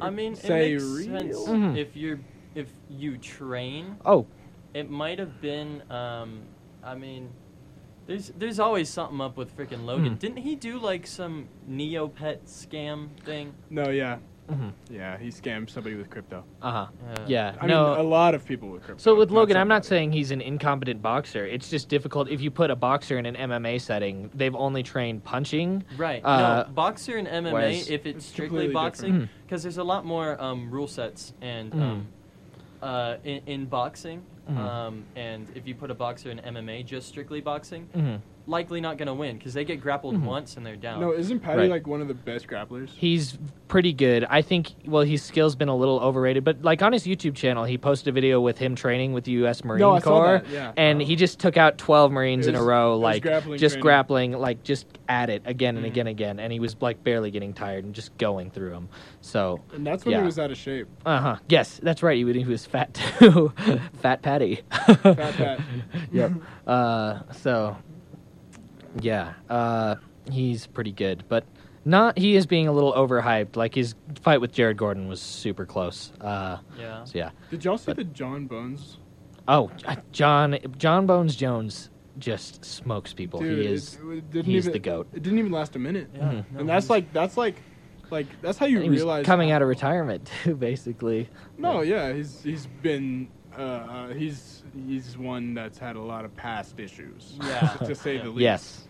[SPEAKER 1] I mean, it
[SPEAKER 3] say
[SPEAKER 1] makes
[SPEAKER 3] real.
[SPEAKER 1] sense
[SPEAKER 4] Mhm.
[SPEAKER 1] if you're if you train.
[SPEAKER 4] Oh,
[SPEAKER 1] It might have been. Um, I mean, there's there's always something up with freaking Logan.
[SPEAKER 4] Hmm.
[SPEAKER 1] Didn't he do like some Neopet scam thing?
[SPEAKER 3] No, yeah,
[SPEAKER 4] Mhm.
[SPEAKER 3] yeah, he scammed somebody with crypto.
[SPEAKER 4] uh huh,
[SPEAKER 1] Uh,
[SPEAKER 4] yeah,
[SPEAKER 3] I
[SPEAKER 4] no.
[SPEAKER 3] mean, a lot of people with crypto.
[SPEAKER 4] so with Logan, I'm not
[SPEAKER 3] somebody.
[SPEAKER 4] saying he's an incompetent boxer. It's just difficult if you put a boxer in an MMA setting. They've only trained punching.
[SPEAKER 1] Right.
[SPEAKER 4] Uh, Hmm.
[SPEAKER 1] no, boxer and MMA,
[SPEAKER 4] whereas-
[SPEAKER 1] if it's,
[SPEAKER 3] It's
[SPEAKER 1] strictly
[SPEAKER 3] completely
[SPEAKER 1] boxing, because there's a lot more um, rule sets and
[SPEAKER 4] Mm.
[SPEAKER 1] um, uh, in, in boxing.
[SPEAKER 4] Mhm.
[SPEAKER 1] Um, and if you put a boxer in MMA, just strictly boxing,
[SPEAKER 4] Mhm.
[SPEAKER 1] likely not going to win because they get grappled
[SPEAKER 4] Mhm.
[SPEAKER 1] once and they're down.
[SPEAKER 3] No, isn't Patty
[SPEAKER 4] Right.
[SPEAKER 3] like one of the best grapplers?
[SPEAKER 4] He's pretty good. I think. Well, his skill's been a little overrated, but like on his YouTube channel, he posted a video with him training with the U.S. Marine
[SPEAKER 3] no, I saw
[SPEAKER 4] Corps,
[SPEAKER 3] that. Yeah. Uh-huh.
[SPEAKER 4] and he just took out twelve Marines
[SPEAKER 3] It
[SPEAKER 4] in a
[SPEAKER 3] was- it
[SPEAKER 4] row,
[SPEAKER 3] was
[SPEAKER 4] like
[SPEAKER 3] grappling
[SPEAKER 4] just
[SPEAKER 3] training. Mm-hmm.
[SPEAKER 4] grappling, like just at it again and
[SPEAKER 1] Mhm.
[SPEAKER 4] again, again, and he was like barely getting tired and just going through them. So,
[SPEAKER 3] And that's when
[SPEAKER 4] Yeah.
[SPEAKER 3] he was out of shape.
[SPEAKER 4] uh huh. Yes, that's right. He, would- he was fat too, fat Patty.
[SPEAKER 3] Fat Pat.
[SPEAKER 4] yep. Uh, so, yeah, uh, he's pretty good, but not. He is being a little overhyped. Like his fight with Jared Gordon was super close. Uh,
[SPEAKER 1] Yeah.
[SPEAKER 4] so yeah.
[SPEAKER 3] Did y'all see
[SPEAKER 4] But-
[SPEAKER 3] the John Bones?
[SPEAKER 4] Oh, uh, John John Bones Jones just smokes people.
[SPEAKER 3] Dude,
[SPEAKER 4] he
[SPEAKER 3] it-
[SPEAKER 4] is.
[SPEAKER 3] it didn't
[SPEAKER 4] he's
[SPEAKER 3] even-
[SPEAKER 4] the goat.
[SPEAKER 3] It didn't even last a minute.
[SPEAKER 1] Yeah.
[SPEAKER 4] Mhm.
[SPEAKER 2] Mm-hmm.
[SPEAKER 1] no,
[SPEAKER 3] and that's
[SPEAKER 1] he's-
[SPEAKER 3] like that's like like that's how you
[SPEAKER 4] he
[SPEAKER 3] realize
[SPEAKER 4] was coming
[SPEAKER 3] how-
[SPEAKER 4] out of retirement too, basically.
[SPEAKER 3] No, yeah, he's he's been uh, uh, he's he's one that's had a lot of past issues.
[SPEAKER 1] Yeah.
[SPEAKER 3] to say the least.
[SPEAKER 4] Yes.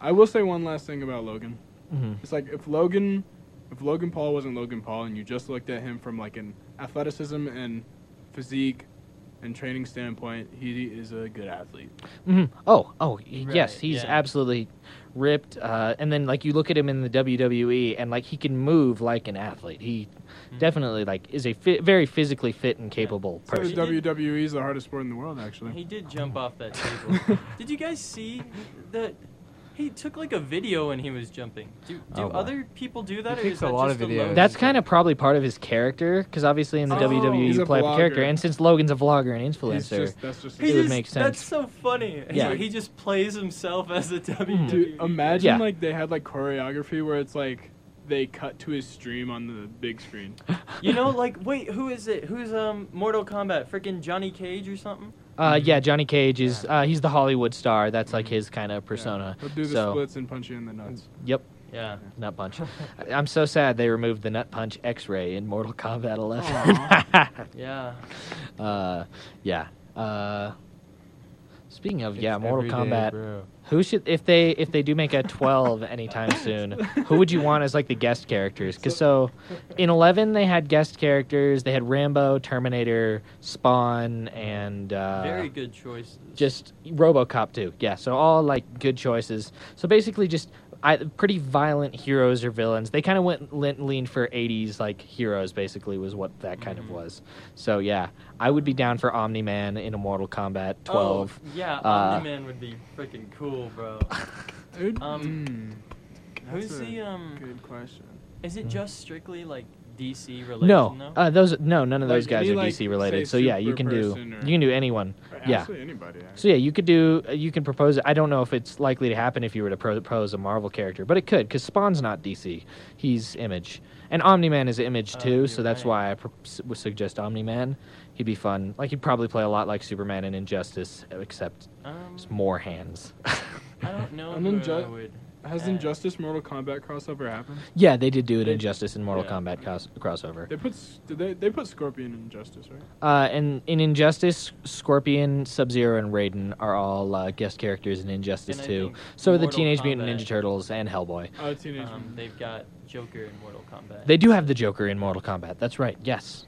[SPEAKER 3] I will say one last thing about Logan.
[SPEAKER 4] Mhm.
[SPEAKER 3] It's like if Logan, if Logan Paul wasn't Logan Paul, and you just looked at him from like an athleticism and physique and training standpoint, he is a good athlete.
[SPEAKER 4] Mhm. Oh, oh, y
[SPEAKER 1] Mm-hmm. Right,
[SPEAKER 4] yes, he's
[SPEAKER 1] yeah.
[SPEAKER 4] absolutely ripped. Uh, and then like you look at him in the WWE, and like he can move like an athlete. He
[SPEAKER 1] Mhm.
[SPEAKER 4] definitely like is a fi- very physically fit and capable
[SPEAKER 1] So
[SPEAKER 3] So
[SPEAKER 4] person.
[SPEAKER 1] Perfect.
[SPEAKER 3] the WWE is the hardest sport in the world, actually.
[SPEAKER 1] He did jump off that table. Did you guys see that? He took like a video when he was jumping. Do, do
[SPEAKER 4] Oh, boy.
[SPEAKER 1] other people do that?
[SPEAKER 2] He
[SPEAKER 1] or
[SPEAKER 2] takes
[SPEAKER 1] is
[SPEAKER 2] a
[SPEAKER 1] that
[SPEAKER 2] lot
[SPEAKER 1] just
[SPEAKER 2] of
[SPEAKER 1] a
[SPEAKER 2] videos.
[SPEAKER 1] Logan
[SPEAKER 4] That's
[SPEAKER 1] thing?
[SPEAKER 4] kind of probably part of his character, because obviously in the
[SPEAKER 1] Oh.
[SPEAKER 4] WWE
[SPEAKER 1] He's
[SPEAKER 4] you
[SPEAKER 3] a
[SPEAKER 4] play up a character,
[SPEAKER 3] blogger.
[SPEAKER 4] and since Logan's a vlogger and
[SPEAKER 3] He's
[SPEAKER 4] influencer,
[SPEAKER 3] just that's just
[SPEAKER 1] He
[SPEAKER 4] It would
[SPEAKER 1] just,
[SPEAKER 4] make
[SPEAKER 1] That's
[SPEAKER 4] sense.
[SPEAKER 1] so funny. He's
[SPEAKER 4] Yeah.
[SPEAKER 1] like- he just plays himself as
[SPEAKER 4] Hmm.
[SPEAKER 1] a E. WWE.
[SPEAKER 3] Dude, imagine
[SPEAKER 4] Yeah.
[SPEAKER 3] like they had like choreography where it's like they cut to his stream on the big screen.
[SPEAKER 1] You know, like wait, who is it? Who's um Mortal Kombat? Freaking Johnny Cage or something?
[SPEAKER 4] uh,
[SPEAKER 1] Mm-hmm.
[SPEAKER 4] yeah, Johnny Cage is uh, he's the Hollywood star. That's like his kind of persona.
[SPEAKER 3] He'll do the
[SPEAKER 4] so,
[SPEAKER 3] splits and punch you in the nuts.
[SPEAKER 4] Yep.
[SPEAKER 1] Yeah.
[SPEAKER 4] Nut punch. I- I'm so sad they removed the nut punch X-ray in Mortal Kombat 11.
[SPEAKER 3] Aw.
[SPEAKER 1] Yeah.
[SPEAKER 4] uh, yeah. Uh, speaking of yeah,
[SPEAKER 2] It's
[SPEAKER 4] Mortal
[SPEAKER 2] every day,
[SPEAKER 4] Kombat.
[SPEAKER 2] bro.
[SPEAKER 4] who should if they if they do make a 12 anytime soon? Who would you want as like the guest characters? Because so, in 11 they had guest characters. They had Rambo, Terminator, Spawn, and uh,
[SPEAKER 1] Very good choices.
[SPEAKER 4] just RoboCop too. Yeah, so all like good choices. So basically, just I, pretty violent heroes or villains. They kind of went le- leaned for '80s like heroes. Basically, was what that kind
[SPEAKER 3] Mm-hmm.
[SPEAKER 1] Mhm.
[SPEAKER 4] of was. So yeah, I would be down for Omni Man in a Mortal Kombat 12.
[SPEAKER 1] Oh, yeah,
[SPEAKER 4] Uh,
[SPEAKER 1] Omni Man would be freaking cool, bro.
[SPEAKER 3] Dude,
[SPEAKER 1] Um,
[SPEAKER 3] mm,
[SPEAKER 1] Who's
[SPEAKER 3] that's a
[SPEAKER 1] the um?
[SPEAKER 3] Good question.
[SPEAKER 1] Is it just strictly like DC related?
[SPEAKER 4] hmm. No,
[SPEAKER 1] though?
[SPEAKER 4] uh, those no, none of
[SPEAKER 3] Like,
[SPEAKER 4] those guys
[SPEAKER 3] any,
[SPEAKER 4] are
[SPEAKER 3] like,
[SPEAKER 4] DC related.
[SPEAKER 3] say,
[SPEAKER 4] So yeah, you
[SPEAKER 3] super
[SPEAKER 4] can do
[SPEAKER 3] person or-
[SPEAKER 4] you can do anyone. Yeah.
[SPEAKER 3] Actually, anybody.
[SPEAKER 4] So yeah, you could do uh, you can propose. I don't know if it's likely to happen if you were to propose a Marvel character, but it could because Spawn's not DC. He's Image, and Omni Man is Image
[SPEAKER 1] Oh,
[SPEAKER 4] too.
[SPEAKER 1] you're
[SPEAKER 4] so that's
[SPEAKER 1] right.
[SPEAKER 4] why I pro- s- would suggest Omni Man. He'd be fun. Like he'd probably play a lot like Superman in Injustice, except
[SPEAKER 1] Um,
[SPEAKER 4] just more hands.
[SPEAKER 1] I don't know.
[SPEAKER 3] And
[SPEAKER 1] who
[SPEAKER 3] then
[SPEAKER 1] I
[SPEAKER 3] ju-
[SPEAKER 1] would.
[SPEAKER 3] Has
[SPEAKER 1] Uh,
[SPEAKER 3] Injustice Mortal Kombat crossover happened?
[SPEAKER 4] yeah, they did do an
[SPEAKER 3] They-
[SPEAKER 4] Injustice and Mortal
[SPEAKER 1] yeah.
[SPEAKER 4] Kombat cos- crossover.
[SPEAKER 3] They put s- did they they put Scorpion in Injustice, right?
[SPEAKER 4] Uh, and in Injustice, Scorpion, Sub Zero, and Raiden are all uh, guest characters in Injustice
[SPEAKER 1] And I
[SPEAKER 4] 2.
[SPEAKER 1] think
[SPEAKER 4] So are the
[SPEAKER 1] Mortal
[SPEAKER 4] Teenage Mutant
[SPEAKER 1] Kombat-
[SPEAKER 4] Ninja Turtles and Hellboy.
[SPEAKER 3] Oh, Teenage
[SPEAKER 1] Um,
[SPEAKER 3] Mutant.
[SPEAKER 1] they've got Joker in Mortal Kombat.
[SPEAKER 4] They do have the Joker in Mortal Kombat. That's right. Yes.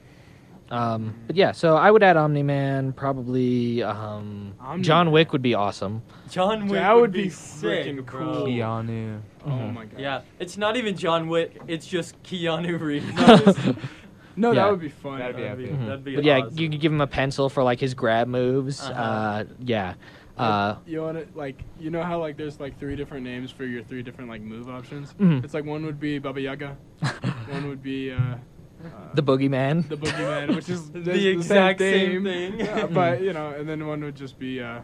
[SPEAKER 4] Um, but yeah, so I would add Omni Man. Probably um,
[SPEAKER 3] Omni-Man.
[SPEAKER 4] John Wick would be awesome.
[SPEAKER 1] John Wick
[SPEAKER 3] That would be
[SPEAKER 1] sick,
[SPEAKER 3] freaking
[SPEAKER 1] bro.
[SPEAKER 3] cool.
[SPEAKER 2] Keanu.
[SPEAKER 4] hmm.
[SPEAKER 3] Oh my god.
[SPEAKER 1] Yeah, it's not even John Wick. It's just Keanu Reeves.
[SPEAKER 3] No,
[SPEAKER 4] Yeah.
[SPEAKER 3] that would be fun.
[SPEAKER 2] That'd be
[SPEAKER 3] That'd
[SPEAKER 2] epic.
[SPEAKER 4] Mhm.
[SPEAKER 1] That'd be
[SPEAKER 4] but yeah,
[SPEAKER 1] awesome.
[SPEAKER 4] you could give him a pencil for like his grab moves. uh
[SPEAKER 1] Uh-huh.
[SPEAKER 4] yeah. Uh,
[SPEAKER 3] You want to like you know how like there's like three different names for your three different like move options.
[SPEAKER 4] Mhm.
[SPEAKER 3] It's like one would be Baba Yaga, one would be uh, uh,
[SPEAKER 4] the Boogeyman.
[SPEAKER 3] the boogeyman, which is
[SPEAKER 1] The
[SPEAKER 3] that's same
[SPEAKER 1] exact same thing.
[SPEAKER 3] Yeah, but you know, and then one would just be uh,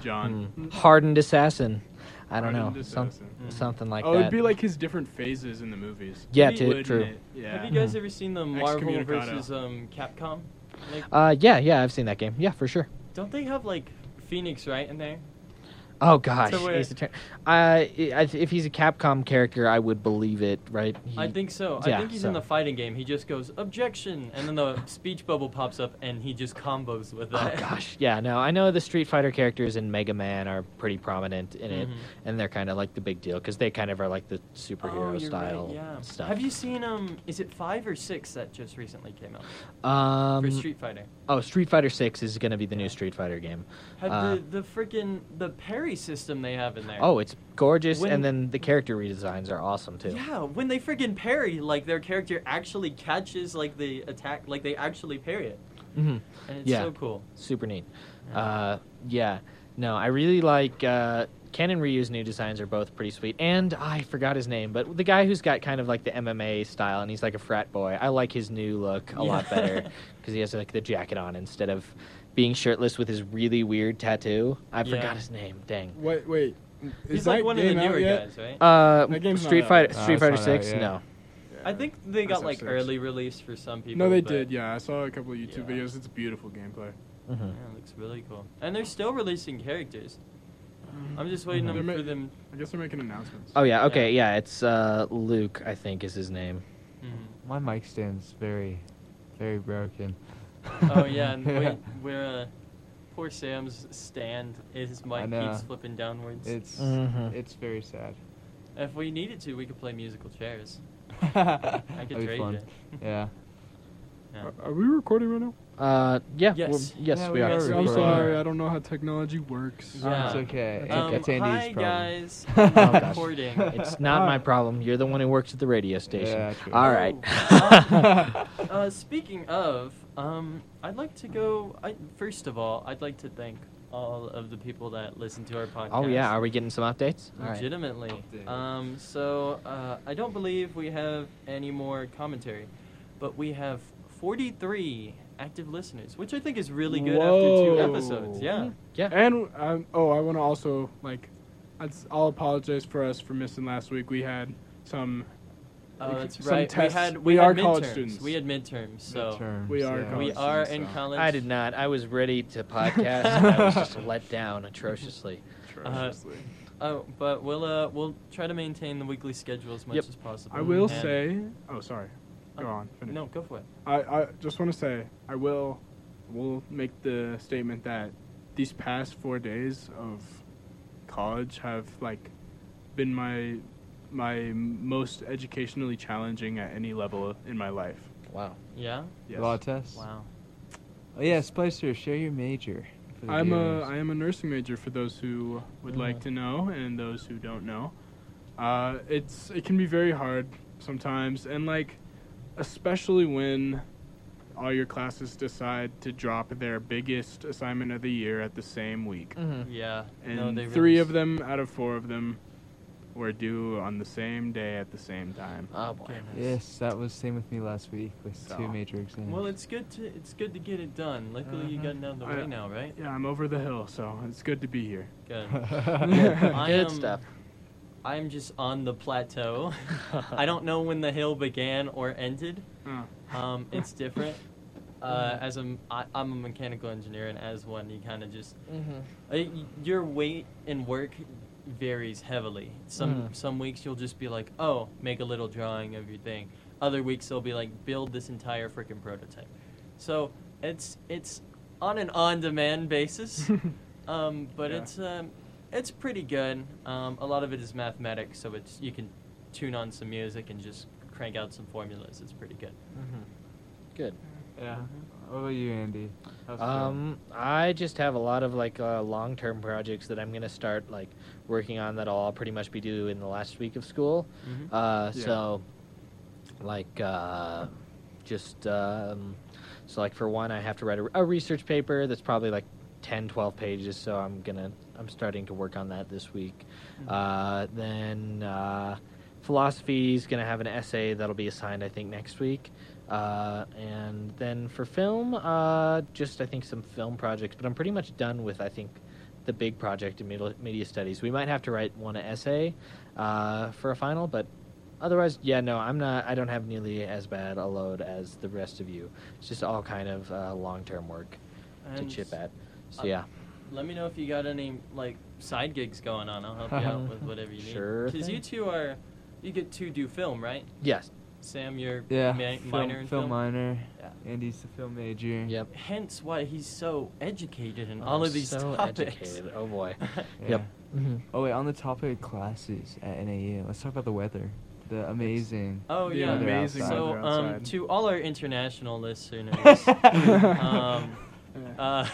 [SPEAKER 3] John.
[SPEAKER 4] Mm. Hardened assassin. I don't
[SPEAKER 3] Hardened
[SPEAKER 4] know. Some,
[SPEAKER 3] assassin.
[SPEAKER 1] Mm.
[SPEAKER 4] something like
[SPEAKER 3] oh,
[SPEAKER 4] that.
[SPEAKER 3] it'd be like his different phases in the movies.
[SPEAKER 4] yeah,
[SPEAKER 1] Maybe
[SPEAKER 4] too-
[SPEAKER 3] Wouldn't
[SPEAKER 4] true.
[SPEAKER 3] it? Yeah.
[SPEAKER 1] Have you guys ever seen the Marvel
[SPEAKER 3] Excommunicado.
[SPEAKER 1] versus um, Capcom? Like,
[SPEAKER 4] Uh, yeah, yeah, I've seen that game. Yeah, for sure.
[SPEAKER 1] don't they have like Phoenix right in there?
[SPEAKER 4] Oh gosh,
[SPEAKER 1] So where-
[SPEAKER 4] Ace Attorney. I- uh, I- if he's a Capcom character, I would believe it, right?
[SPEAKER 1] I
[SPEAKER 4] He-
[SPEAKER 1] think so. I
[SPEAKER 4] yeah,
[SPEAKER 1] think he's in
[SPEAKER 4] so-
[SPEAKER 1] the fighting game. He just goes objection, and then the speech bubble pops up, and he just combos with
[SPEAKER 4] Oh
[SPEAKER 1] that.
[SPEAKER 4] gosh, yeah. No, I know the Street Fighter characters in Mega Man are pretty prominent in it,
[SPEAKER 1] Mhm.
[SPEAKER 4] and they're kind of like the big deal because they kind of are like the
[SPEAKER 1] Oh,
[SPEAKER 4] superhero
[SPEAKER 1] you're
[SPEAKER 4] style
[SPEAKER 1] right, yeah.
[SPEAKER 4] stuff.
[SPEAKER 1] Have you seen um? Is it five or six that just recently came out
[SPEAKER 4] Um,
[SPEAKER 1] for Street Fighter?
[SPEAKER 4] Oh, Street Fighter Six is going to be the new Street Fighter game.
[SPEAKER 1] Have
[SPEAKER 4] uh,
[SPEAKER 1] the the freaking the ferry system they have in there.
[SPEAKER 4] Oh, it's gorgeous,
[SPEAKER 1] When-
[SPEAKER 4] and then the character redesigns are awesome too.
[SPEAKER 1] Yeah, when they friggin' parry, like their character actually catches like the attack, like they actually parry it,
[SPEAKER 4] hmm
[SPEAKER 1] and it's
[SPEAKER 4] Yeah.
[SPEAKER 1] so cool.
[SPEAKER 4] Super neat. Uh, yeah. No, I really like uh, Ken and Ryu's new designs are both pretty sweet. And I forgot his name, but the guy who's got kind of like the MMA style and he's like a frat boy. I like his new look a lot
[SPEAKER 1] Yeah.
[SPEAKER 4] better because he has like the jacket on instead of being shirtless with his really weird tattoo. I
[SPEAKER 1] Yeah.
[SPEAKER 4] forgot his name. Dang.
[SPEAKER 3] Wait, wait. Is
[SPEAKER 1] He's
[SPEAKER 3] that
[SPEAKER 1] like one of the
[SPEAKER 3] game out
[SPEAKER 1] newer
[SPEAKER 3] yet?
[SPEAKER 1] guys, right?
[SPEAKER 4] Uh,
[SPEAKER 3] That game's not
[SPEAKER 4] Street
[SPEAKER 3] out.
[SPEAKER 4] Fighter,
[SPEAKER 2] No,
[SPEAKER 4] Street
[SPEAKER 2] it's
[SPEAKER 4] Fighter
[SPEAKER 2] not out
[SPEAKER 4] Six.
[SPEAKER 2] yet.
[SPEAKER 4] No,
[SPEAKER 1] I think they got like
[SPEAKER 3] SF6.
[SPEAKER 1] early release for some people.
[SPEAKER 3] No, they
[SPEAKER 1] but-
[SPEAKER 3] did. Yeah, I saw a couple of YouTube
[SPEAKER 1] Yeah.
[SPEAKER 3] videos. It's beautiful gameplay.
[SPEAKER 4] Mm-hmm.
[SPEAKER 1] Yeah, it looks really cool. And they're still releasing characters. I'm just waiting
[SPEAKER 3] Mhm.
[SPEAKER 1] on-
[SPEAKER 3] They're ma-
[SPEAKER 1] for them.
[SPEAKER 3] I guess they're making announcements.
[SPEAKER 4] Oh yeah.
[SPEAKER 1] Yeah.
[SPEAKER 4] Okay. Yeah. It's uh, Luke. I think is his name.
[SPEAKER 1] Mhm.
[SPEAKER 2] My mic stand's very, very broken.
[SPEAKER 1] Oh yeah, and wait, where uh, poor Sam's stand, his mic
[SPEAKER 2] know.
[SPEAKER 1] keeps flipping downwards.
[SPEAKER 2] It's
[SPEAKER 4] Mhm.
[SPEAKER 2] it's very sad.
[SPEAKER 1] if we needed to, we could play musical chairs.
[SPEAKER 2] I
[SPEAKER 1] could trade it.
[SPEAKER 2] Yeah.
[SPEAKER 1] Yeah.
[SPEAKER 3] Are, are we recording right now?
[SPEAKER 4] Uh. Yeah.
[SPEAKER 1] Yes.
[SPEAKER 4] we're- yes.
[SPEAKER 2] Yeah,
[SPEAKER 4] we,
[SPEAKER 2] we
[SPEAKER 4] are.
[SPEAKER 2] are
[SPEAKER 1] Yes, we
[SPEAKER 3] I'm
[SPEAKER 1] recording.
[SPEAKER 3] sorry. I don't know how technology works.
[SPEAKER 1] Yeah.
[SPEAKER 2] It's okay.
[SPEAKER 4] That's
[SPEAKER 2] It's
[SPEAKER 1] Um,
[SPEAKER 4] okay.
[SPEAKER 2] it's Andy's
[SPEAKER 1] hi
[SPEAKER 2] problem.
[SPEAKER 1] guys,
[SPEAKER 2] Oh,
[SPEAKER 1] I'm
[SPEAKER 4] gosh.
[SPEAKER 1] recording.
[SPEAKER 4] It's not my problem. You're the one who works at the radio station.
[SPEAKER 2] Yeah, true.
[SPEAKER 4] All right.
[SPEAKER 1] Oh, Uh, speaking of, um, I'd like to go. I, first of all, I'd like to thank all of the people that listen to our podcast.
[SPEAKER 4] oh yeah, are we getting some updates? All right.
[SPEAKER 1] legitimately.
[SPEAKER 2] Updates.
[SPEAKER 1] Um, so uh, I don't believe we have any more commentary, but we have 43 active listeners, which I think is really good after two
[SPEAKER 3] Whoa.
[SPEAKER 1] episodes. Yeah.
[SPEAKER 4] Yeah.
[SPEAKER 3] And um, oh, I want to also like, I'd, s- I'll apologize for us for missing last week. We had some.
[SPEAKER 1] Oh,
[SPEAKER 3] like,
[SPEAKER 1] that's
[SPEAKER 3] some
[SPEAKER 1] right.
[SPEAKER 3] tests.
[SPEAKER 1] We had we,
[SPEAKER 3] We
[SPEAKER 1] had
[SPEAKER 3] are
[SPEAKER 1] midterms.
[SPEAKER 3] college students.
[SPEAKER 1] We had midterms, so
[SPEAKER 2] Midterms,
[SPEAKER 3] we are
[SPEAKER 2] yeah.
[SPEAKER 3] college
[SPEAKER 1] we are
[SPEAKER 3] students,
[SPEAKER 1] in
[SPEAKER 3] so.
[SPEAKER 1] college.
[SPEAKER 4] I did not. I was ready to podcast. and I was just let down atrociously.
[SPEAKER 3] atrociously.
[SPEAKER 1] Oh, but we'll uh, we'll try to maintain the weekly schedule as much
[SPEAKER 4] Yep.
[SPEAKER 1] as possible.
[SPEAKER 3] I will
[SPEAKER 1] And-
[SPEAKER 3] say. Oh, sorry. Go
[SPEAKER 1] Uh,
[SPEAKER 3] on. Finish.
[SPEAKER 1] No, go for it.
[SPEAKER 3] I, I just want to say I will will make the statement that these past four days of college have like been my my most educationally challenging at any level in my life.
[SPEAKER 4] Wow.
[SPEAKER 1] Yeah.
[SPEAKER 3] Yes.
[SPEAKER 2] Law tests.
[SPEAKER 1] Wow.
[SPEAKER 2] Oh, yeah, Spicer, share your major. for the
[SPEAKER 3] I'm a
[SPEAKER 2] viewers.
[SPEAKER 3] I am a nursing major for those who would
[SPEAKER 1] Oh.
[SPEAKER 3] like to know and those who don't know. Uh, it's it can be very hard sometimes and like especially when all your classes decide to drop their biggest assignment of the year at the same week.
[SPEAKER 4] Mm-hmm.
[SPEAKER 1] Yeah.
[SPEAKER 3] Mm. And
[SPEAKER 1] Mm. no, they
[SPEAKER 3] three
[SPEAKER 1] really
[SPEAKER 3] of them out of four of them were due on the same day at the same time.
[SPEAKER 1] Uh.
[SPEAKER 4] Oh boy.
[SPEAKER 2] Yes, that was same with me last week with
[SPEAKER 3] So-
[SPEAKER 2] two major exams.
[SPEAKER 1] Well, it's good to it's good to get it done. Luckily, you got it out of the
[SPEAKER 3] Mm-hmm. I-
[SPEAKER 1] way now, right?
[SPEAKER 3] Yeah, I'm over the hill, so it's good to be here.
[SPEAKER 1] Good. I
[SPEAKER 4] Good
[SPEAKER 1] am-
[SPEAKER 4] stuff.
[SPEAKER 1] I'm just on the plateau. I don't know when the hill began or ended.
[SPEAKER 3] Uh,
[SPEAKER 1] Um, it's different. Uh, as I'm, I, I'm a mechanical engineer, and as one, you kind of just
[SPEAKER 4] Mhm.
[SPEAKER 1] Uh, y- your weight and work varies heavily. Some
[SPEAKER 4] Mhm.
[SPEAKER 1] some weeks you'll just be like, "Oh, make a little drawing of your thing." Other weeks they'll be like, "Build this entire freaking prototype." So it's it's on an on-demand basis, um, but
[SPEAKER 3] Yeah.
[SPEAKER 1] it's um, it's pretty good. Um, a lot of it is mathematics, so it's you can tune on some music and just crank out some formulas. It's pretty good.
[SPEAKER 4] Good.
[SPEAKER 2] yeah.
[SPEAKER 1] Mm-hmm.
[SPEAKER 2] What about you, Andy? How's it
[SPEAKER 4] Um, I just have a lot of like uh, long-term projects that I'm gonna start like working on that I'll all pretty much be due in the last week of school.
[SPEAKER 1] Mhm.
[SPEAKER 4] Uh,
[SPEAKER 3] Yeah.
[SPEAKER 4] so like uh, just um, so like for one, I have to write a, a research paper that's probably like 10, 12 pages. So I'm gonna I'm starting to work on that this week. Uh, then uh, philosophy is gonna have an essay that'll be assigned I think next week. Uh, and then for film, uh, just I think some film projects, but I'm pretty much done with I think the big project in media, media studies. We might have to write one essay uh, for a final, but otherwise, yeah, no, I'm not. I don't have nearly as bad a load as the rest of you. It's just all kind of uh, long-term work
[SPEAKER 1] And
[SPEAKER 4] to chip at. So
[SPEAKER 1] uh,
[SPEAKER 4] yeah,
[SPEAKER 1] Let me know if you got any like side gigs going on. I'll help you out with whatever you need.
[SPEAKER 4] Sure
[SPEAKER 1] Because you two are, you get to do film, right?
[SPEAKER 4] yes,
[SPEAKER 1] Sam, you're
[SPEAKER 2] going? Yeah.
[SPEAKER 1] ma-
[SPEAKER 2] film,
[SPEAKER 1] minor in
[SPEAKER 2] film, minor.
[SPEAKER 1] Yeah.
[SPEAKER 2] Andy's the film major.
[SPEAKER 4] yep.
[SPEAKER 1] Hence why he's so educated in
[SPEAKER 4] Oh,
[SPEAKER 1] all of these
[SPEAKER 4] so
[SPEAKER 1] topics.
[SPEAKER 4] educated. Oh boy.
[SPEAKER 2] Yeah.
[SPEAKER 4] Yep. Mhm.
[SPEAKER 2] Oh wait, on the topic of classes at NAU, let's talk about the weather. The amazing.
[SPEAKER 1] Oh
[SPEAKER 3] The
[SPEAKER 1] yeah,
[SPEAKER 2] amazing
[SPEAKER 1] So
[SPEAKER 3] weather
[SPEAKER 1] um,
[SPEAKER 3] outside.
[SPEAKER 1] to all our international listeners, um,
[SPEAKER 3] Yeah.